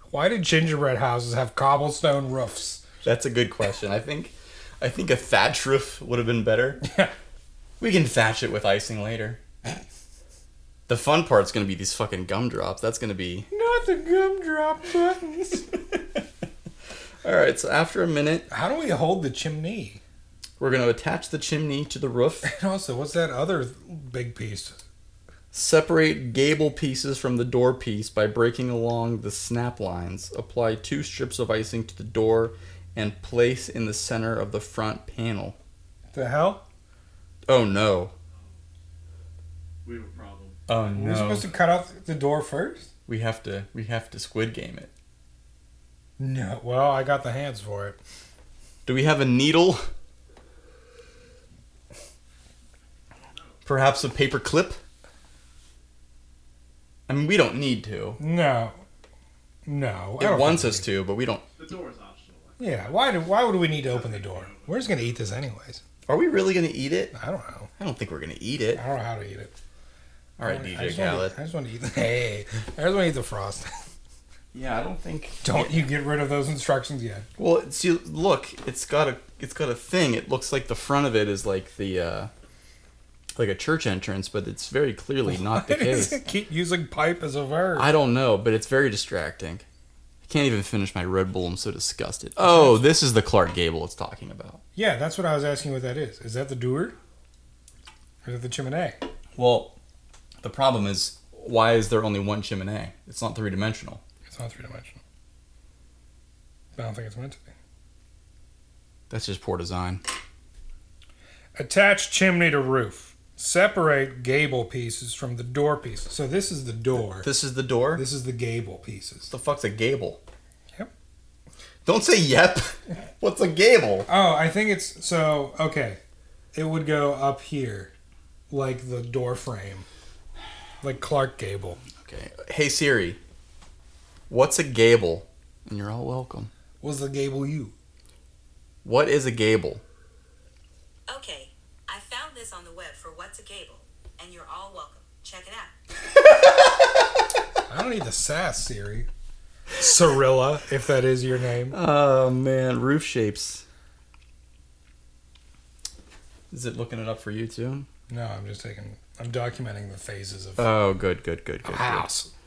Why did gingerbread houses have cobblestone roofs?
That's a good question. I think I think a thatch roof would have been better.
Yeah.
We can thatch it with icing later. The fun part's gonna be these fucking gumdrops. That's gonna be
Not the gumdrop buttons.
Alright, so after a minute,
How do we hold the chimney?
we're gonna attach the chimney to the roof,
And also, what's that other big piece?
separate gable pieces from the door piece by breaking along the snap lines, apply two strips of icing to the door, and place in the center of the front panel.
The hell?
Oh no.
We have a problem.
Oh
We're supposed to cut off the door first?
We have to we have to squid game it.
No. Well, I got the hands for it.
Do we have a needle? Perhaps a paper clip? I mean, we don't need to.
No. No. I
It
don't
wants
think
us to, but we don't.
The door is optional.
we- Yeah. Why do? Why would we need to open the door? We're just gonna eat this anyways.
Are we really gonna eat it?
I don't know.
I don't think we're gonna eat it.
I don't know how to eat it.
All right,
I
DJ
just wanna-
Khaled.
I just want to eat. The, hey, I just want to eat the frost.
Yeah, I don't think.
don't you get rid of those instructions yet?
Well, see, look, it's got a, it's got a thing. It looks like the front of it is like the, uh, like a church entrance, but it's very clearly not the
Why does
case.
it keep using pipe as a verb.
I don't know, but it's very distracting. I can't even finish my Red Bull. I'm so disgusted. Oh, this is the Clark Gable it's talking about.
yeah, that's what I was asking. What that is? Is that the door? Or is it the chimney?
Well, the problem is why is there only one chimney? It's not three dimensional.
It's not three dimensional. I don't think it's meant to be.
That's just poor design.
Attach chimney to roof. Separate gable pieces from the door pieces. So this is the door.
This is the door. This
This is the gable pieces.
the fuck's a gable?
Yep.
Don't say yep. What's a gable?
Oh, I think it's so okay. It would go up here, like the door frame, like Clark Gable.
Okay. Hey Siri. What's a gable? And you're all welcome.
Was the Gable you?
What is a gable?
Okay, I found this on the web for What's a Gable, and you're all welcome. Check it out.
I don't need the sass, Siri. Cirilla, if that is your name.
Oh man, roof shapes. Is it looking it up for you too?
No, I'm just taking. I'm documenting the phases of
Oh, good, good, good, good. good.
a house.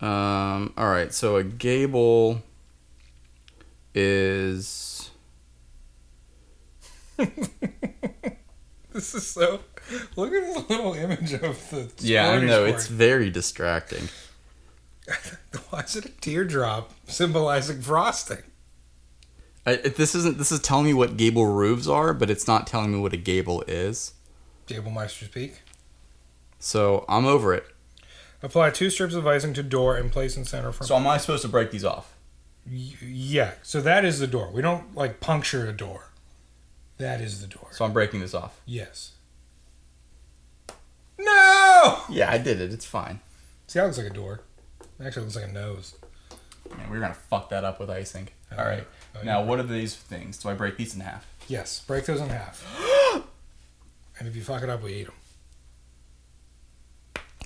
Um, all right, so a gable is
This is so. Look at the little image of the.
yeah, I
Sporty
know
Sport.
it's very distracting.
Why is it a teardrop symbolizing frosting?
I, it- this isn't. This is telling me what gable roofs are, but it's not telling me what a gable is.
Gablemeister's Peak.
So I'm over it.
Apply two strips of icing to door and place in center from.
am I supposed to break these off?
Y- yeah, so that is the door. We don't like puncture a door. That is the door.
So I'm breaking this off.
yes. No.
Yeah, I did it. It's fine.
See, that looks like a door. Actually, it looks like a nose.
Yeah, we were gonna fuck that up with icing.
I
All
know.
right.
I know.
Now, what are these things? Do I break these in half?
Oh, Yes, break those in half. and if you fuck it up, we eat them.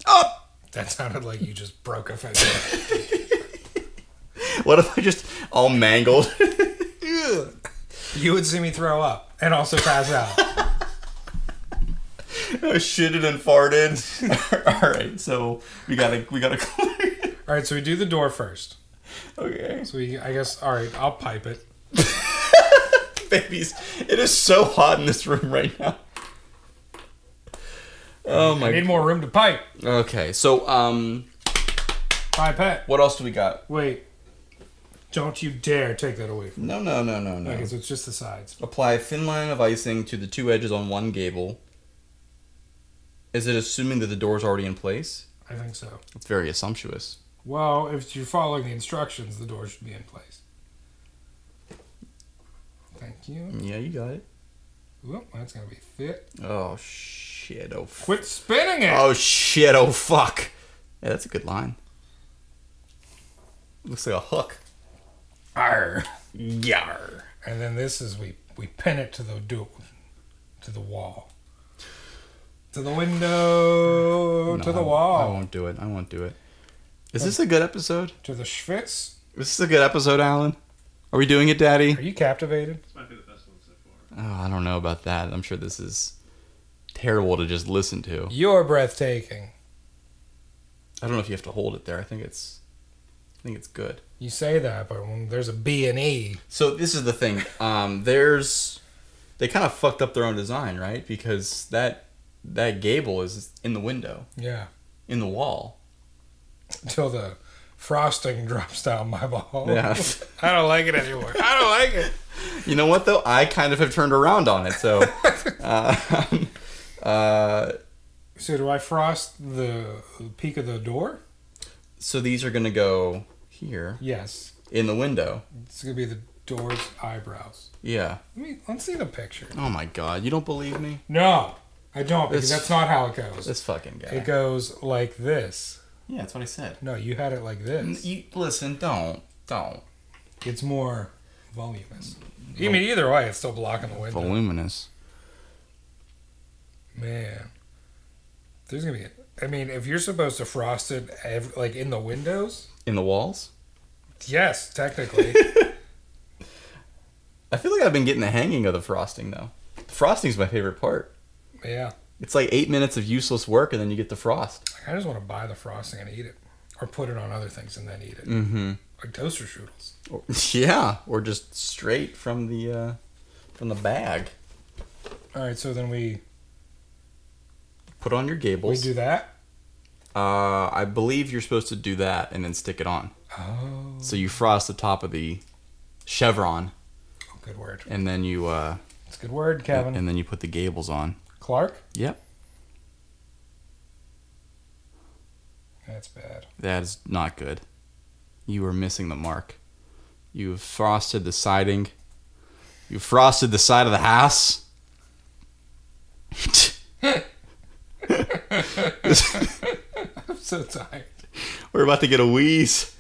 Up.
That sounded like you just broke a fence.
What if I just all mangled?
you would see me throw up and also pass out.
I shitted and farted. all right. So we gotta we gotta clear.
all right, so we do the door first.
okay.
So we, I guess, all right, I'll pipe it.
Babies, it is so hot in this room right now. Oh
I
my.
need more room to pipe.
Okay. So um,
Pipette.
what else do we got?
Wait. Don't you dare take that away from
No, no, no, no, no.
me. Okay, so it's just the sides.
Apply a thin line of icing to the two edges on one gable. Is it assuming that the door's already in place?
I think so.
It's very assumptuous.
Well, if you're following the instructions, the door should be in place. Thank you.
Yeah, you got it.
Whoop, that's gonna be thick.
Oh shit! Oh f-
Quit spinning it!
oh shit! Oh fuck! Yeah, that's a good line. Looks like a hook.
Arr.
Yar.
And then this is we we pin it to the do to the wall. To the window, to the
I
wall,
won't do it. I won't do it. Is this a good episode?
to the schwitz.
This is a good episode, Alan. Are we doing it, Daddy?
Are you captivated?
This might be the best one so far.
Oh, I don't know about that. I'm sure this is terrible to just listen to.
You're breathtaking.
I don't know if you have to hold it there. I think it's, I think it's good.
You say that, but when there's a B and E,
So this is the thing. Um, there's, they kind of fucked up their own design, right? Because that that gable is in the window,
yeah,
in the wall.
until the frosting drops down my ball.
Yeah.
I don't like it anymore. I don't like it.
You know what though? I kind of have turned around on it. So, uh, uh,
So do I frost the peak of the door?
so these are gonna go here
Yes.
in the window.
It's gonna be the door's eyebrows.
Yeah.
Let me let's see the picture.
Oh my god, you don't believe me?
No, I don't because
This-
that's not how it goes.
This fucking guy.
It goes like this.
yeah, that's what I said.
No, you had it like
N-
this.
You listen. Don't. Don't.
It's more voluminous. I mean, either way, it's still blocking the window.
Voluminous.
Man, there's gonna be. I mean, if you're supposed to frost it ev like in the windows,
In the walls.
yes, technically.
I feel like I've been getting the hanging of the frosting though. The frosting's my favorite part.
yeah,
It's like eight minutes of useless work, and then you get the frost.
like, I just want to buy the frosting and eat it, or put it on other things and then eat it,
Mm-hmm.
like toaster strudels.
Yeah, or just straight from the uh, from the bag.
All right, so then we
Put on your
we
gables.
do that.
Uh, I believe you're supposed to do that and then stick it on.
Oh,
So you frost the top of the chevron,
Oh, good word.
and then you uh,
It's a good word, Kevin
and then you put the gables on.
Clark.
Yep,
That's bad.
that is not good. You are missing the mark. You have frosted the siding. You frosted the side of the house.
I'm so tired.
We're about to get a wheeze.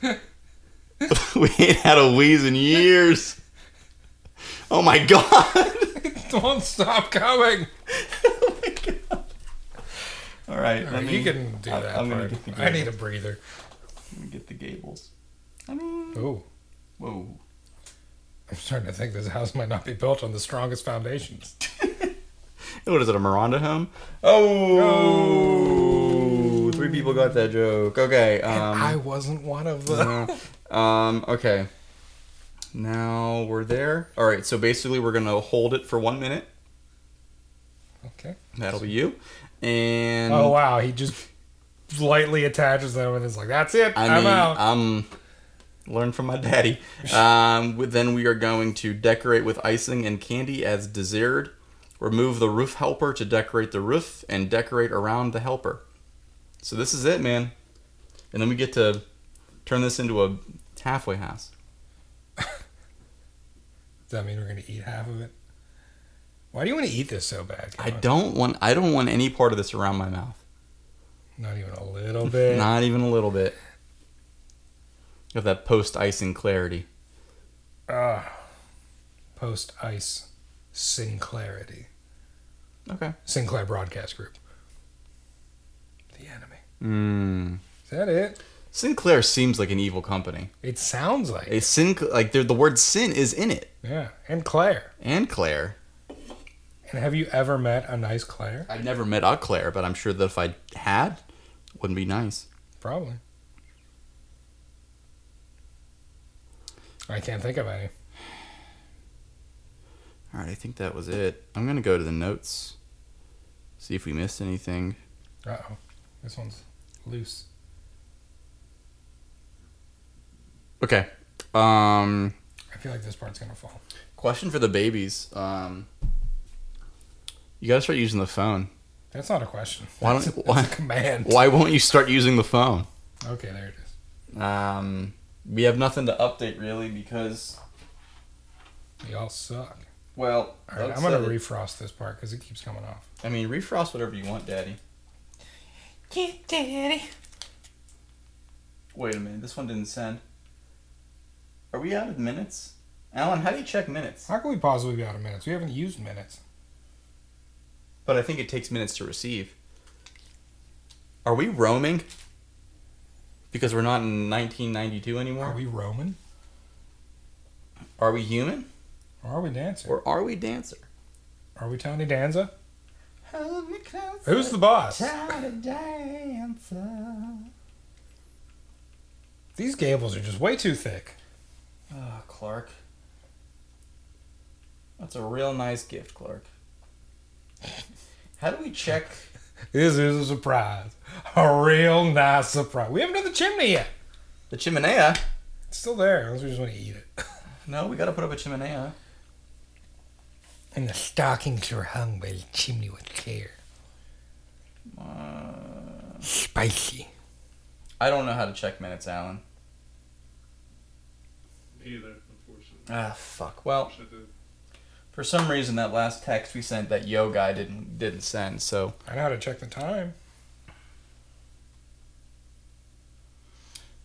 we ain't had a wheeze in years. Oh my god.
Don't stop coming.
Oh All right, let me
you can do
I-
that
I'm gonna
part.
get the
I
gables.
need a breather.
I'm gonna get the gables. I mean,
Oh,
whoa.
I'm starting to think this house might not be built on the strongest foundations.
What is it? A Miranda home? Oh, three people got that joke. Okay. Um,
I wasn't one of the.
no. um, okay. Now we're there. All right. So basically, we're gonna hold it for one minute.
Okay.
That'll be you. And
Oh wow, he just lightly attaches them and is like, "That's it,
I
I am
mean,
out."
um, learn from my daddy. Um, with- then we are going to decorate with icing and candy as desired. Remove the roof helper to decorate the roof and decorate around the helper. So this is it, man. And then we get to turn this into a halfway house.
Does that mean we're gonna eat half of it? Why do you want to eat this so bad?
I
Colin?
don't want I don't want any part of this around my mouth.
Not even a little bit.
Not even a little bit. Of that post icing clarity.
Post ice Sinclarity.
Okay.
Sinclair Broadcast Group. The enemy.
Mm.
Is that it?
Sinclair seems like an evil company.
It sounds like
A
it.
sin like there- the word sin is in it.
Yeah. And Claire.
And Claire.
And have you ever met a nice Claire?
I've never met a Claire, but I'm sure that if I had, it wouldn't be nice.
Probably. I can't think of any.
All right, I think that was it. I'm going to go to the notes. See if we missed anything.
Uh oh. This one's loose.
Okay. Um
I feel like this part's gonna fall.
question for the babies. Um You got to start using the phone.
That's not a question.
Why
That's
don't-
a, that's a
why-
command?
Why won't you start using the phone?
Okay, there it is.
Um we have nothing to update really because
You all suck.
well,
All right, I'm gonna refrost this part because it keeps coming off.
I mean, refrost whatever you want, daddy.
Yeah, daddy.
Wait a minute, this one didn't send. Are we out of minutes? Alan, how do you check minutes?
How can we possibly be out of minutes? We haven't used minutes.
But I think it takes minutes to receive. Are we roaming? Because we're not in 1992 anymore?
Are we Roman
Are we human?
or are we Dancer?
Or are we dancer?
Are we Tony Danza? Who's the boss? These gables are just way too thick.
Oh, Clark. That's a real nice gift, Clark. How do we check?
This is a surprise. A real nice surprise. We haven't done the chimney yet.
The chimenea?
It's still there, unless we just want to eat it.
No, we gotta put up a chimenea.
And the stockings were hung by the chimney with care. Spicy.
Uh, I don't know how to check minutes, Alan.
Neither, unfortunately.
Ah, fuck. Well,
Should have-
for some reason, that last text we sent, that yo guy didn't didn't send. So
I know how to check the time.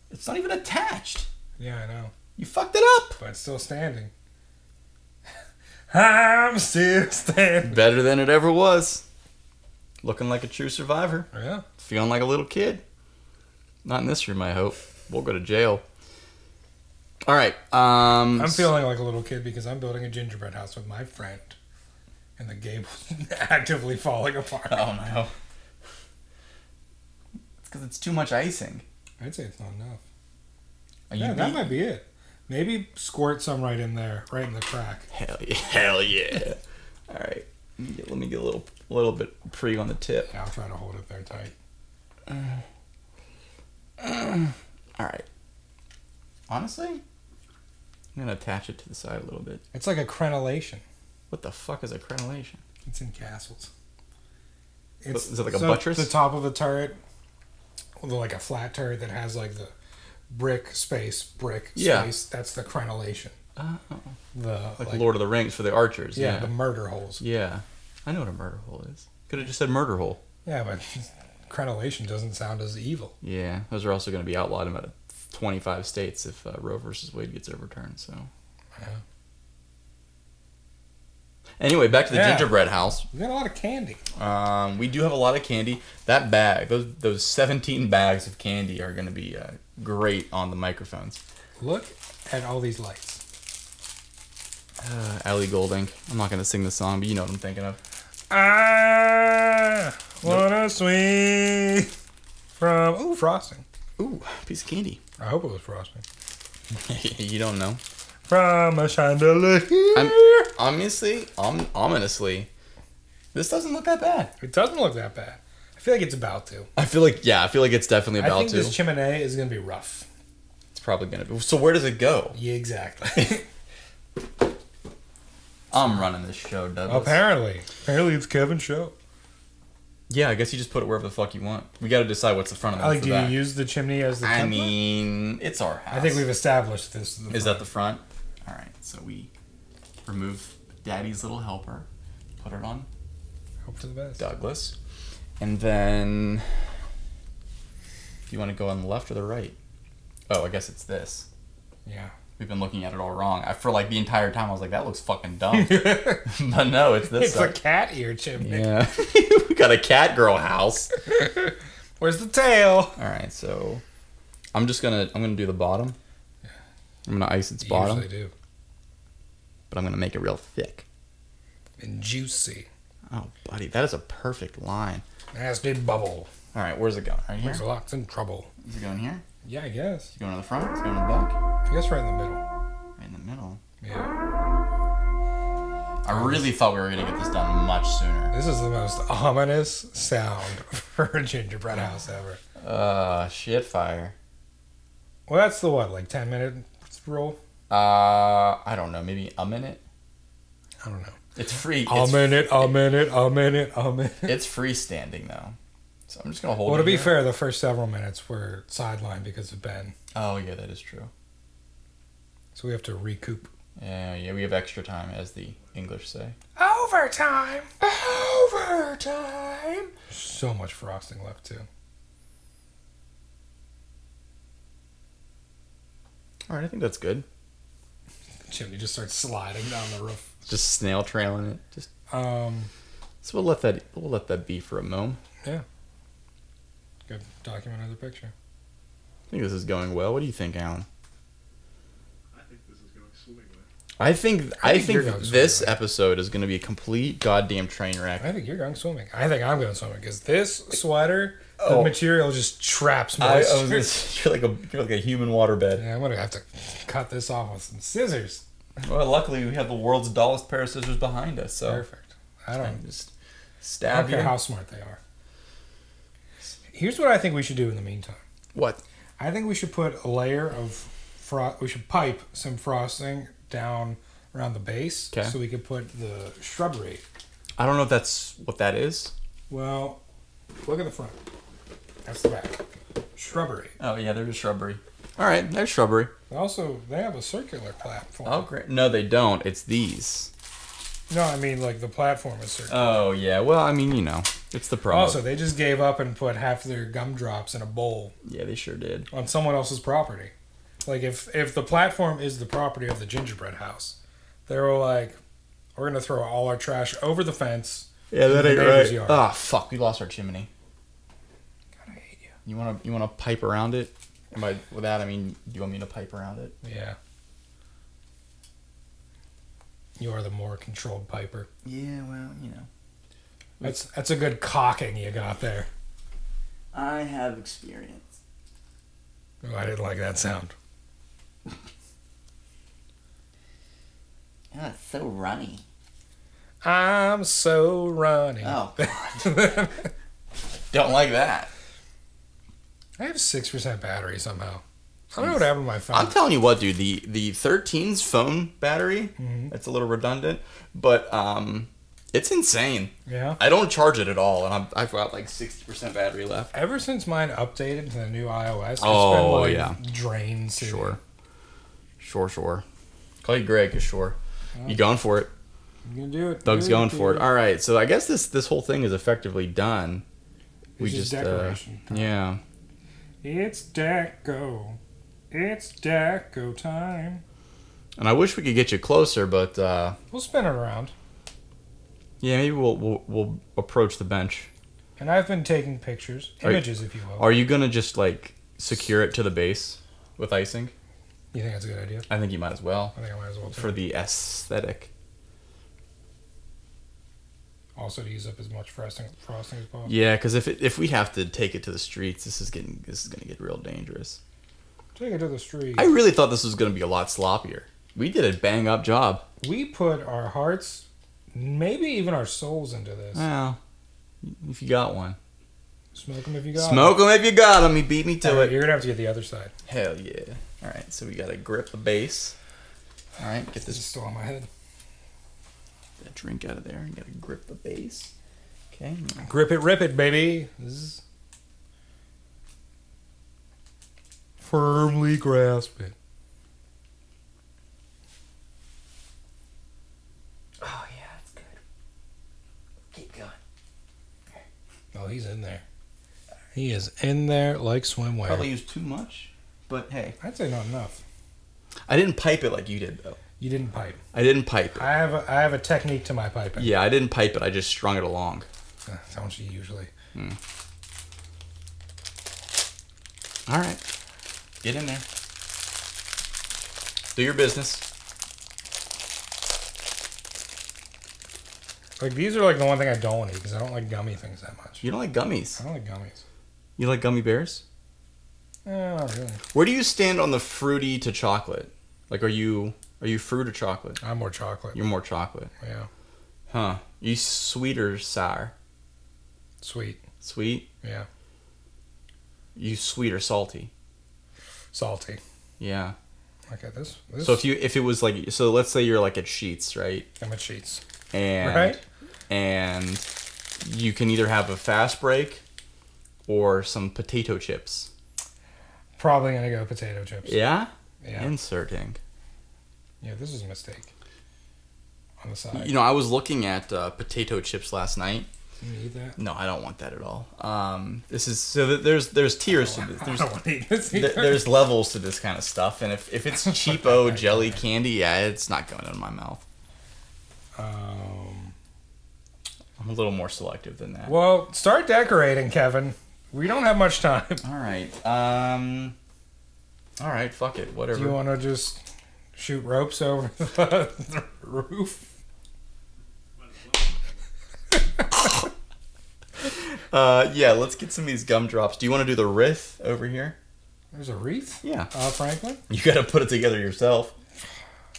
it's not even attached.
Yeah, I know.
You fucked it up.
But it's still standing. I'm still standing.
Better than it ever was. Looking like a true survivor.
Yeah.
Feeling like a little kid. Not in this room, I hope. We'll go to jail. All right. Um,
I'm feeling like a little kid because I'm building a gingerbread house with my friend. And the gable's actively falling apart.
Oh no. It's because it's too much icing.
I'd say it's not enough.
Are
Yeah,
you
that
beat-
might be it. Maybe squirt some right in there, right in the crack.
Hell yeah! Hell yeah! All right. Let me get, let me get a little little bit pre on the tip.
Yeah, I'll try to hold it there tight.
All right. Honestly, I'm gonna attach it to the side a little bit.
It's like a crenellation.
What the fuck is a crenellation?
It's in castles.
Is it like a buttress?
The top of a turret, with like a flat turret that has like the brick space, brick
Yeah.
space. That's the crenellation.
Oh,
The
like,
like-
Lord of the Rings for the archers.
yeah,
Yeah,
the
yeah.
murder holes.
I know what a murder hole is. Could have just said murder hole.
Yeah, but crenellation doesn't sound as evil.
Yeah, those are also going to be outlawed in about 25 states if uh, Roe versus Wade gets overturned. So,
Yeah.
Anyway, back to the
Yeah.
gingerbread house.
We got a lot of candy.
Um, we do have a lot of candy. That bag, those those 17 bags of candy are going to be uh, great on the microphones.
Look at all these lights.
Uh, Ellie Golding. I'm not going to sing the song, but you know what I'm thinking of.
Ah, what a sweet from ooh frosting.
Ooh, piece of candy.
I hope it was frosting
you don't know.
from a chandelier.
I'm honestly, om- ominously, this doesn't look that bad.
It doesn't look that bad. I feel like it's about to.
I feel like yeah, I feel like it's definitely
I
about
think
to.
this chimney is gonna be rough.
it's probably gonna be. So where does it go?
Yeah, exactly.
I'm running this show, Douglas.
Apparently, apparently it's Kevin's show.
Yeah, I guess you just put it wherever the fuck you want. We got to decide what's the front of it.
I like.
the
Do
back.
you use the chimney as the?
I
template?
mean, it's our house.
I think we've established this. Is, the
Is that the front? All right. So we remove Daddy's little helper, put it on
hope for the best?
Douglas, and then if you want to go on the left or the right. Oh, I guess it's this.
Yeah.
We've been looking at it all wrong. I for like the entire time I was like, that looks fucking dumb. but no, it's this.
It's a
side.
cat ear chimney.
yeah. we got a cat girl house.
Where's the tail?
All right, so I'm just gonna I'm gonna do the bottom. I'm gonna ice its bottom,
Usually do.
but I'm gonna make it real thick.
And juicy.
Oh, buddy, that is a perfect line.
Nasty bubble.
All right, where's it going? Right here.
There's lots in trouble.
Is it going here?
Yeah, I guess.
Is it going to the front? Is it going to the back?
I guess right in the middle.
Right in the middle.
Yeah.
I really thought we were gonna get this done much sooner.
This is the most ominous sound for a gingerbread house ever.
Uh, shit fire.
Well, that's the what, like 10 minute rule?
Uh, I don't know. Maybe a minute.
I don't know.
It's free.
A
It's,
minute, a minute, a minute, a minute.
it's freestanding though, so I'm just gonna hold
Well,
it.
to be
here.
fair, the first several minutes were sidelined because of Ben.
Oh yeah, that is true.
So we have to recoup.
Yeah, yeah, we have extra time, as the English say.
Overtime! Overtime! So much frosting left, too.
All right, I think that's good.
Chimney just starts sliding down the roof.
Just snail trailing it. Just
Um,
so we'll let that we'll let that be for a moment.
good. Document another picture.
I think this is going well. What do you think, Alan?
I think this is going swimmingly.
I think I
think
think,
you're going
this
somewhere.
episode is going to be a complete goddamn train wreck.
I think you're going swimming. I think I'm going swimming because this sweater,
Oh.
the material just traps
I, I
moisture.
was gonna say, you're like a you're like a human waterbed.
yeah, I'm gonna have to cut this off with some scissors.
Well, luckily we have the world's dullest pair of scissors behind us,
Oh.
so
Perfect. I
I
don't.
can just
I
stab
don't care
you.
how smart they are. Here's what I think we should do in the meantime.
What?
I think we should put a layer of fro- we should pipe some frosting down around the base
'Kay.
so we could put the shrubbery.
I don't know if that's what that is.
Well, look at the front. That's the back. Shrubbery.
Oh yeah, they're just shrubbery. All right, they're shrubbery.
Also, they have a circular platform.
Oh great. No, they don't. It's these.
No, I mean like the platform is circular.
Oh yeah. Well, I mean, you know, it's the problem.
Also, they just gave up and put half their gumdrops in a bowl
yeah, they sure did.
on someone else's property. Like if if the platform is the property of the gingerbread house, they were like, we're gonna throw all our trash over the fence.
Yeah,
that ain't right.
Ah, fuck. We lost our chimney.
God, I hate you.
You wanna you wanna pipe around it? And by with that I mean, do you want me to pipe around it?
Yeah. You are the more controlled piper.
Yeah, well, you know.
That's that's a good cocking you got there.
I have experience.
Oh, I didn't like that sound.
Oh, it's so runny.
I'm so running.
Oh,
Don't like that.
I have six percent battery somehow. I don't know what happened to my phone.
I'm telling you what, dude, the the 13's phone battery,
Mm-hmm.
it's a little redundant, but um it's insane.
yeah.
I don't charge it at all and I'm, I've got like 60% battery left.
Ever since mine updated to the new iOS, it's
Oh,
been like
yeah.
drain city.
Sure, sure. Call you Greg, 'cause sure. You going for it?
I'm gonna do it.
Doug's
Do
going for it.
dude.
All right, so I guess this this whole thing is effectively done. we
It's
just,
just decoration.
Uh, yeah.
It's deco. It's deco time.
And I wish we could get you closer, but uh,
We'll spin it around.
Yeah, maybe we'll we'll, we'll approach the bench.
And I've been taking pictures,
Are you-
images, if you will.
Are you gonna just like secure it to the base with icing?
you think that's a good idea?
I think you might as well
I think I might as well. Too.
for the aesthetic.
also to use up as much frosting, frosting as possible.
Yeah, because if it, if we have to take it to the streets, this is getting this is gonna get real dangerous.
Take it to the street.
I really thought this was gonna be a lot sloppier. We did a bang up job.
we put our hearts, maybe even our souls, into this.
Well, if you got one,
Smoke them if you got.
Smoke 'em smoke him if you got him. He beat me
All
to
right,
it.
You're gonna have to get the other side.
Hell yeah! All right, so we gotta grip the base. All right, get
This is
this
still on my head.
that drink out of there and gotta grip the base. Okay. now-
Grip it, rip it, baby. Zzz. Firmly grasp it.
Oh yeah, that's good. Keep going.
Oh, he's in there. He is in there like swimwear.
Probably used too much, but hey,
I'd say not enough.
I didn't pipe it like you did though.
You didn't pipe.
I didn't pipe it.
I have a, I have a technique to my piping.
Yeah, I didn't pipe it. I just strung it along.
Uh, That's how she usually.
All right. Get in there. Do your business.
Like these are like the one thing I don't want to eat because I don't like gummy things that much.
You don't like
I
gummies.
don't like gummies.
You like gummy bears?
Eh, not really.
Where do you stand on the fruity to chocolate? Like, are you are you fruit or chocolate?
I'm more chocolate.
You're more chocolate,
Yeah,
huh? You sweet or sour?
sweet.
Sweet.
Yeah,
You sweet or salty?
salty.
Yeah.
Okay, this this.
So if you if it was like so, let's say you're like at Sheets, right?
I'm at sheets.
And
Right.
and you can either have a fast break or some potato chips.
Probably gonna go potato chips.
Yeah.
yeah.
Inserting.
Yeah, this is a mistake. On the side.
You know, I was looking at uh, potato chips last night.
Can you eat that?
No, I don't want that at all. Um, this is so that there's there's tiers to this.
I
There's,
don't want to eat this
th-
either.
there's levels to this kind of stuff, and if, if it's cheapo jelly candy, yeah, it's not going in my mouth.
Um,
I'm a little more selective than that.
well, start decorating, Kevin. We don't have much time.
All right. Um. All right. Fuck it.
Do you
Whatever.
want to just shoot ropes over the roof?
Uh. Yeah. Let's get some of these gumdrops. Do you want to do the riff over here?
There's a wreath.
Yeah.
Uh, Franklin.
You got to put it together yourself.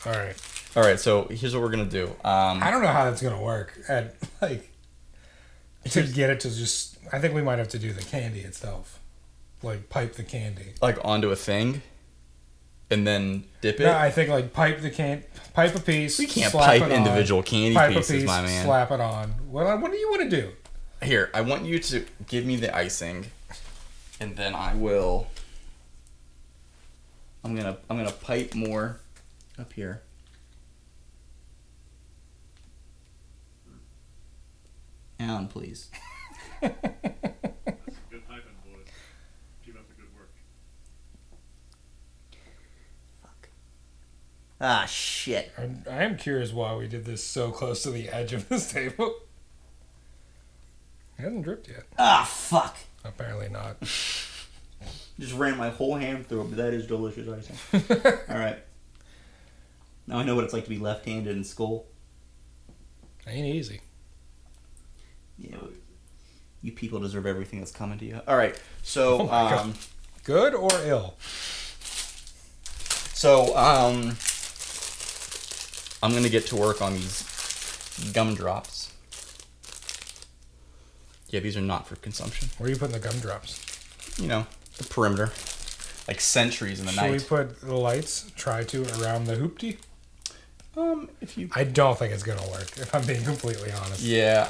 All right.
All right. So here's what we're gonna do. Um.
I don't know how that's gonna work. At like to get it to just. I think we might have to do the candy itself, like pipe the candy.
Like onto a thing, and then dip it.
No, I think like pipe the can, pipe a piece.
We can't
slap
pipe
it on,
individual candy
pipe
pieces,
a piece,
my man.
Slap it on. What what do you want to do?
Here, I want you to give me the icing, and then I will. I'm gonna I'm gonna pipe more up here. Alan, please.
Good piping, boys. Keep up the good work.
Ah shit.
I'm, I am curious why we did this so close to the edge of this table. It hasn't dripped yet.
Ah fuck.
Apparently not.
Just ran my whole hand through it, but that is delicious icing. All right. Now I know what it's like to be left-handed in school.
Ain't easy.
Yeah. but Oh, You people deserve everything that's coming to you. All right. So,
Oh my God.
um,
Good or ill?
So um, I'm gonna get to work on these gumdrops. Yeah, these are not for consumption.
Where are you putting the gumdrops?
You know, the perimeter, like sentries in the
Should
night.
we put the lights? Try to around the hoopty.
Um, if you.
I don't think it's gonna work. If I'm being completely honest,
Yeah,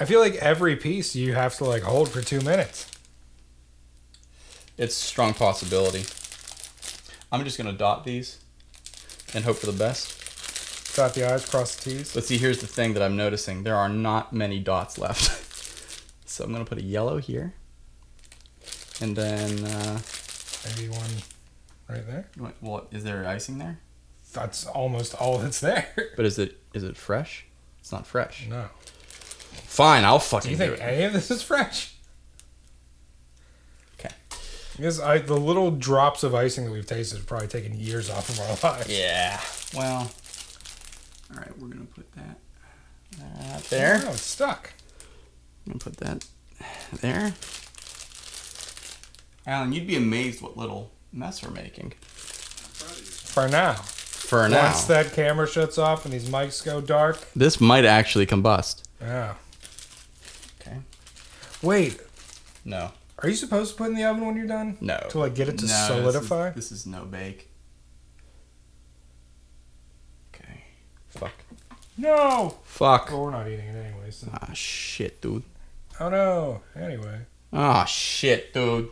I feel like every piece you have to like hold for two minutes.
it's a strong possibility. I'm just gonna dot these, and hope for the best.
Dot the i's, cross the t's.
Let's see. Here's the thing that I'm noticing: there are not many dots left. so I'm gonna put a yellow here, and then uh,
Maybe one right there.
what, what is there icing there?
That's almost all that's there.
But is it is it fresh? It's not fresh.
No,
Fine, I'll
Do
fucking
you
do
think
it.
any of this is fresh?
'Kay.
Because I, the little drops of icing that we've tasted have probably taken years off of our lives.
yeah.
Well, all right, we're gonna put that uh,
I
there.
don't know, it's stuck.
I'm gonna put that there. Alan, you'd be amazed what little mess we're making.
For now.
For now,
Once that camera shuts off and these mics go dark.
this might actually combust.
Yeah.
Okay.
Wait,
No.
are you supposed to put it in the oven when you're done?
No.
To like get it to
No, this is-
solidify?
This is, no bake. Okay.
Fuck.
No!
Fuck.
Well, we're not eating it anyway, so.
Ah shit, dude.
Oh no. Anyway,
Ah shit, dude.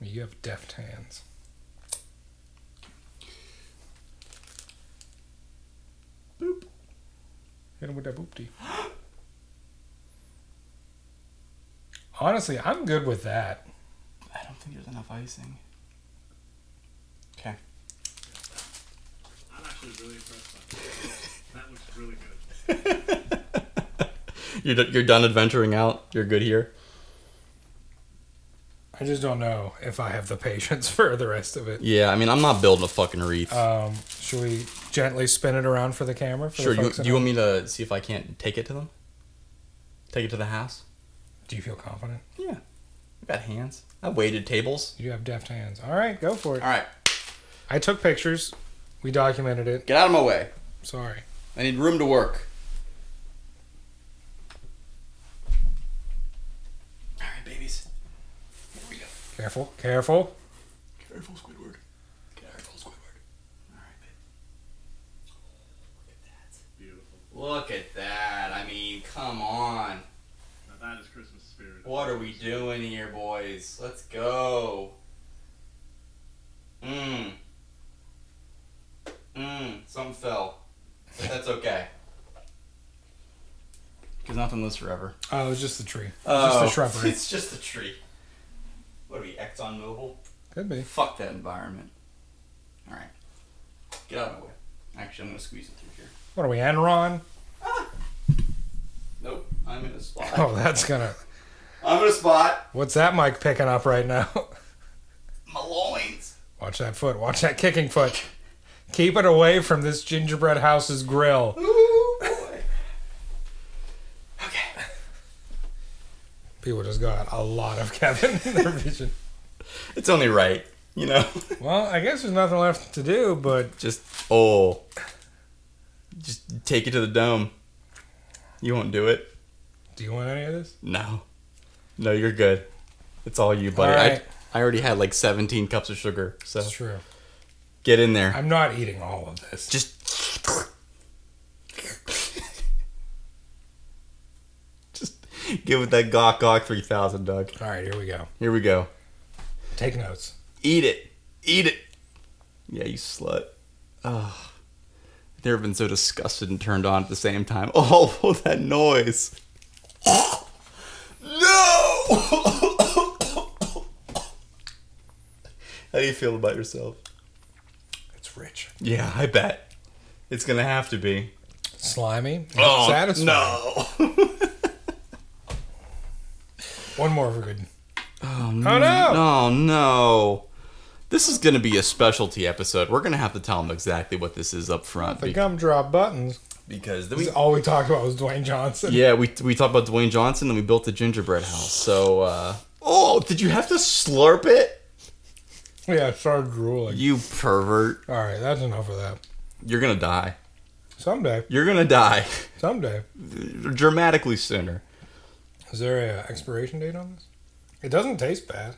you have deft hands.
Boop.
Hit him with that boopty. Honestly, I'm good with that.
I don't think there's enough icing. Okay.
I'm actually really impressed by that. That looks really good.
You're, d- you're done adventuring out. You're good here.
I just don't know if I have the patience for the rest of it.
Yeah, I mean, I'm not building a fucking wreath.
Um, should we gently spin it around for the camera? For
sure.
The
You,
folks at
do you
home?
want me to see if I can't take it to them? Take it to the house.
Do you feel confident?
Yeah. I got hands. I waited tables.
You do have deft hands. All right, go for it.
All right,
I took pictures. We documented it.
get out of my way.
Sorry.
I need room to work. All right, babies. Here we go.
Careful. Careful.
Careful, Squidward. Careful, Squidward. All right, babe.
Beautiful.
Look at that. I mean, come on.
Now that is Christmas spirit.
What are we doing here, boys? Let's go. Mmm.
Mm.
Mmm. Something fell. But that's okay. Because nothing lives forever.
Oh, it was just the tree. Just the shrubbery.
It's just the tree. What are we, Exxon Mobil?
Could be.
Fuck that environment. All right. Get out of my way. Actually, I'm gonna squeeze it through here.
What are we, Enron?
Nope. I'm in a spot.
Oh, that's gonna.
I'm in a spot.
What's that mic picking up right now?
My loins.
Watch that foot. Watch that kicking foot. Keep it away from this gingerbread house's grill.
Ooh, boy. Okay.
People just got a lot of Kevin in their vision.
It's only right, you know?
Well, I guess there's nothing left to do, but
just, oh. Just take it to the dome. You won't do it.
do you want any of this?
No. No, you're good. It's all you, buddy.
All right.
I, I already had like 17 cups of sugar, so
That's true.
get in there.
I'm not eating all of this.
Just. Just give it that Gawk Gawk 3000, Doug.
All right, here we go.
Here we go.
Take notes.
Eat it. Eat it. Yeah, you slut. Ugh. I've never been so disgusted and turned on at the same time. Oh, that noise. No! How do you feel about yourself?
It's rich,
Yeah, I bet. It's gonna have to be.
slimy, and
Oh,
satisfying.
no.
One more for good.
Oh,
Oh no!
Oh, no. This is gonna be a specialty episode. We're gonna have to tell them exactly what this is up front.
The
be-
gumdrop buttons.
because we,
Oh, This is all we talked about was Dwayne Johnson.
Yeah, we, we talked about Dwayne Johnson and we built a gingerbread house. So, uh, oh, did you have to slurp it?
Yeah, I started drooling.
You pervert.
All right, that's enough of that.
You're gonna die.
Someday,
You're gonna die
someday.
dramatically sooner.
Is there a uh, expiration date on this? It doesn't taste bad.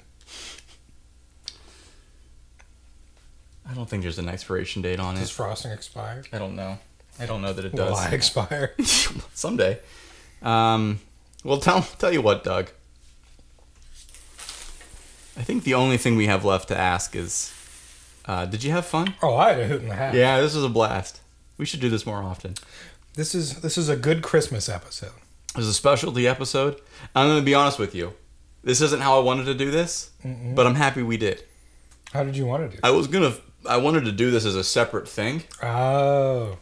I don't think there's an expiration date on
Does
it.
frosting expire?
I don't know. I don't know that it
Will
does.
I expire?
Someday. Um, well, tell tell you what, Doug. I think the only thing we have left to ask is, uh, did you have fun?
Oh, I had a hoot and a half.
Yeah, this was a blast. We should do this more often.
This is this is a good Christmas episode.
It was a specialty episode. I'm going to be honest with you. This isn't how I wanted to do this, but I'm happy we did.
How did you want to do?
Uh, I was going to I wanted to do this as a separate thing,
Oh,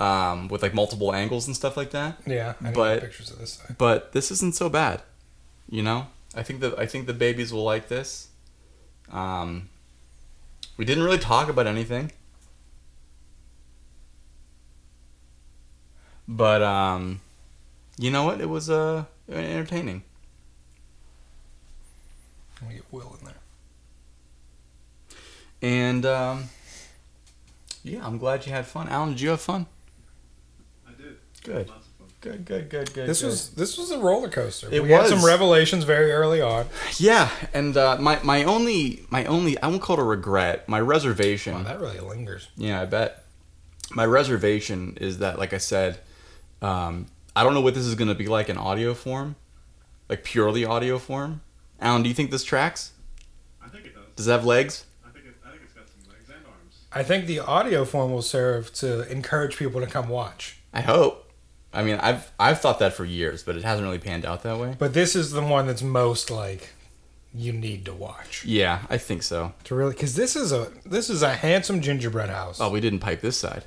um, with like multiple angles and stuff like that.
Yeah, I need
But-
pictures of this side.
But this isn't so bad, you know. I think the I think the babies will like this. Um, we didn't really talk about anything, but um, you know what? It was uh entertaining.
Let me get Will in there.
And um, yeah, I'm glad you had fun. Alan, did you have fun?
I did.
Good.
Lots of fun.
Good, good, good, good.
This
good.
was this was a roller coaster.
It
we had some
was.
revelations very early on.
yeah, and uh, my my only my only I won't call it a regret. My reservation.
Wow, that really lingers.
Yeah, I bet. My reservation is that, like I said, um, I don't know what this is going to be like in audio form, like purely audio form. Alan, do you think this tracks?
I think it does.
Does it have legs?
I think it, I think it's got some legs and arms.
I think the audio form will serve to encourage people to come watch.
I hope. I mean, I've I've thought that for years, but it hasn't really panned out that way.
But this is the one that's most like you need to watch
Yeah, I think so.
to really because this is a this is a handsome gingerbread house.
Oh, we didn't pipe this side.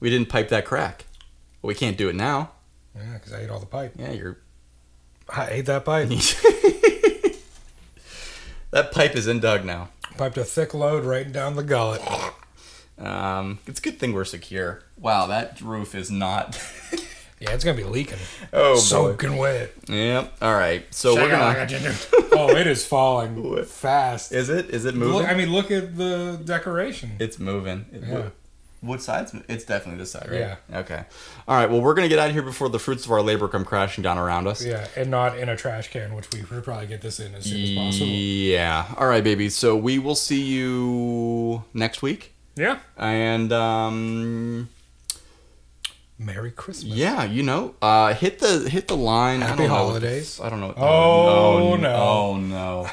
We didn't pipe that crack. Well, we can't do it now.
yeah, because I ate all the pipe.
Yeah, you're.
I ate that pipe.
that pipe is in Doug now.
Piped a thick load right down the gullet.
Um, it's a good thing we're secure. Wow, that roof is not.
Yeah, it's gonna be leaking,
oh
soaking wet.
Yep. All right. So we're gonna.
oh, it is falling
What?
fast.
Is it? Is it moving?
Look, I mean, look at the decoration.
it's moving. It-
Yeah.
What side's? mo- It's definitely this side, right?
Yeah.
Okay. All right. Well, we're gonna get out of here before the fruits of our labor come crashing down around us.
Yeah, and not in a trash can, which we should probably get this in as soon as possible.
Yeah. All right, baby. So we will see you next week,
Yeah.
and um,
Merry Christmas.
yeah, you know, uh, hit the hit the line. I
Happy
don't know what-
holidays.
I don't know. What,
Oh, no.
Oh no!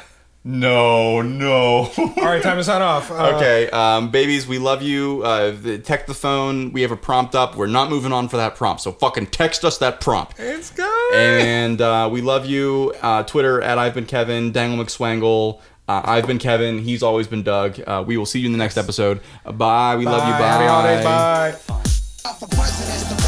No no!
All right, time to sign off. Uh,
Okay, um, babies, we love you. Uh, the- text the phone. We have a prompt up. We're not moving on for that prompt. So fucking text us that prompt.
It's good.
And uh, we love you. Uh, Twitter at I've been Kevin, Dangle McSwangle. Uh, I've been Kevin. He's always been Doug. Uh, we will see you in the next episode. Uh, bye. We love you. Bye.
Happy holidays. Bye.
I'm for president, the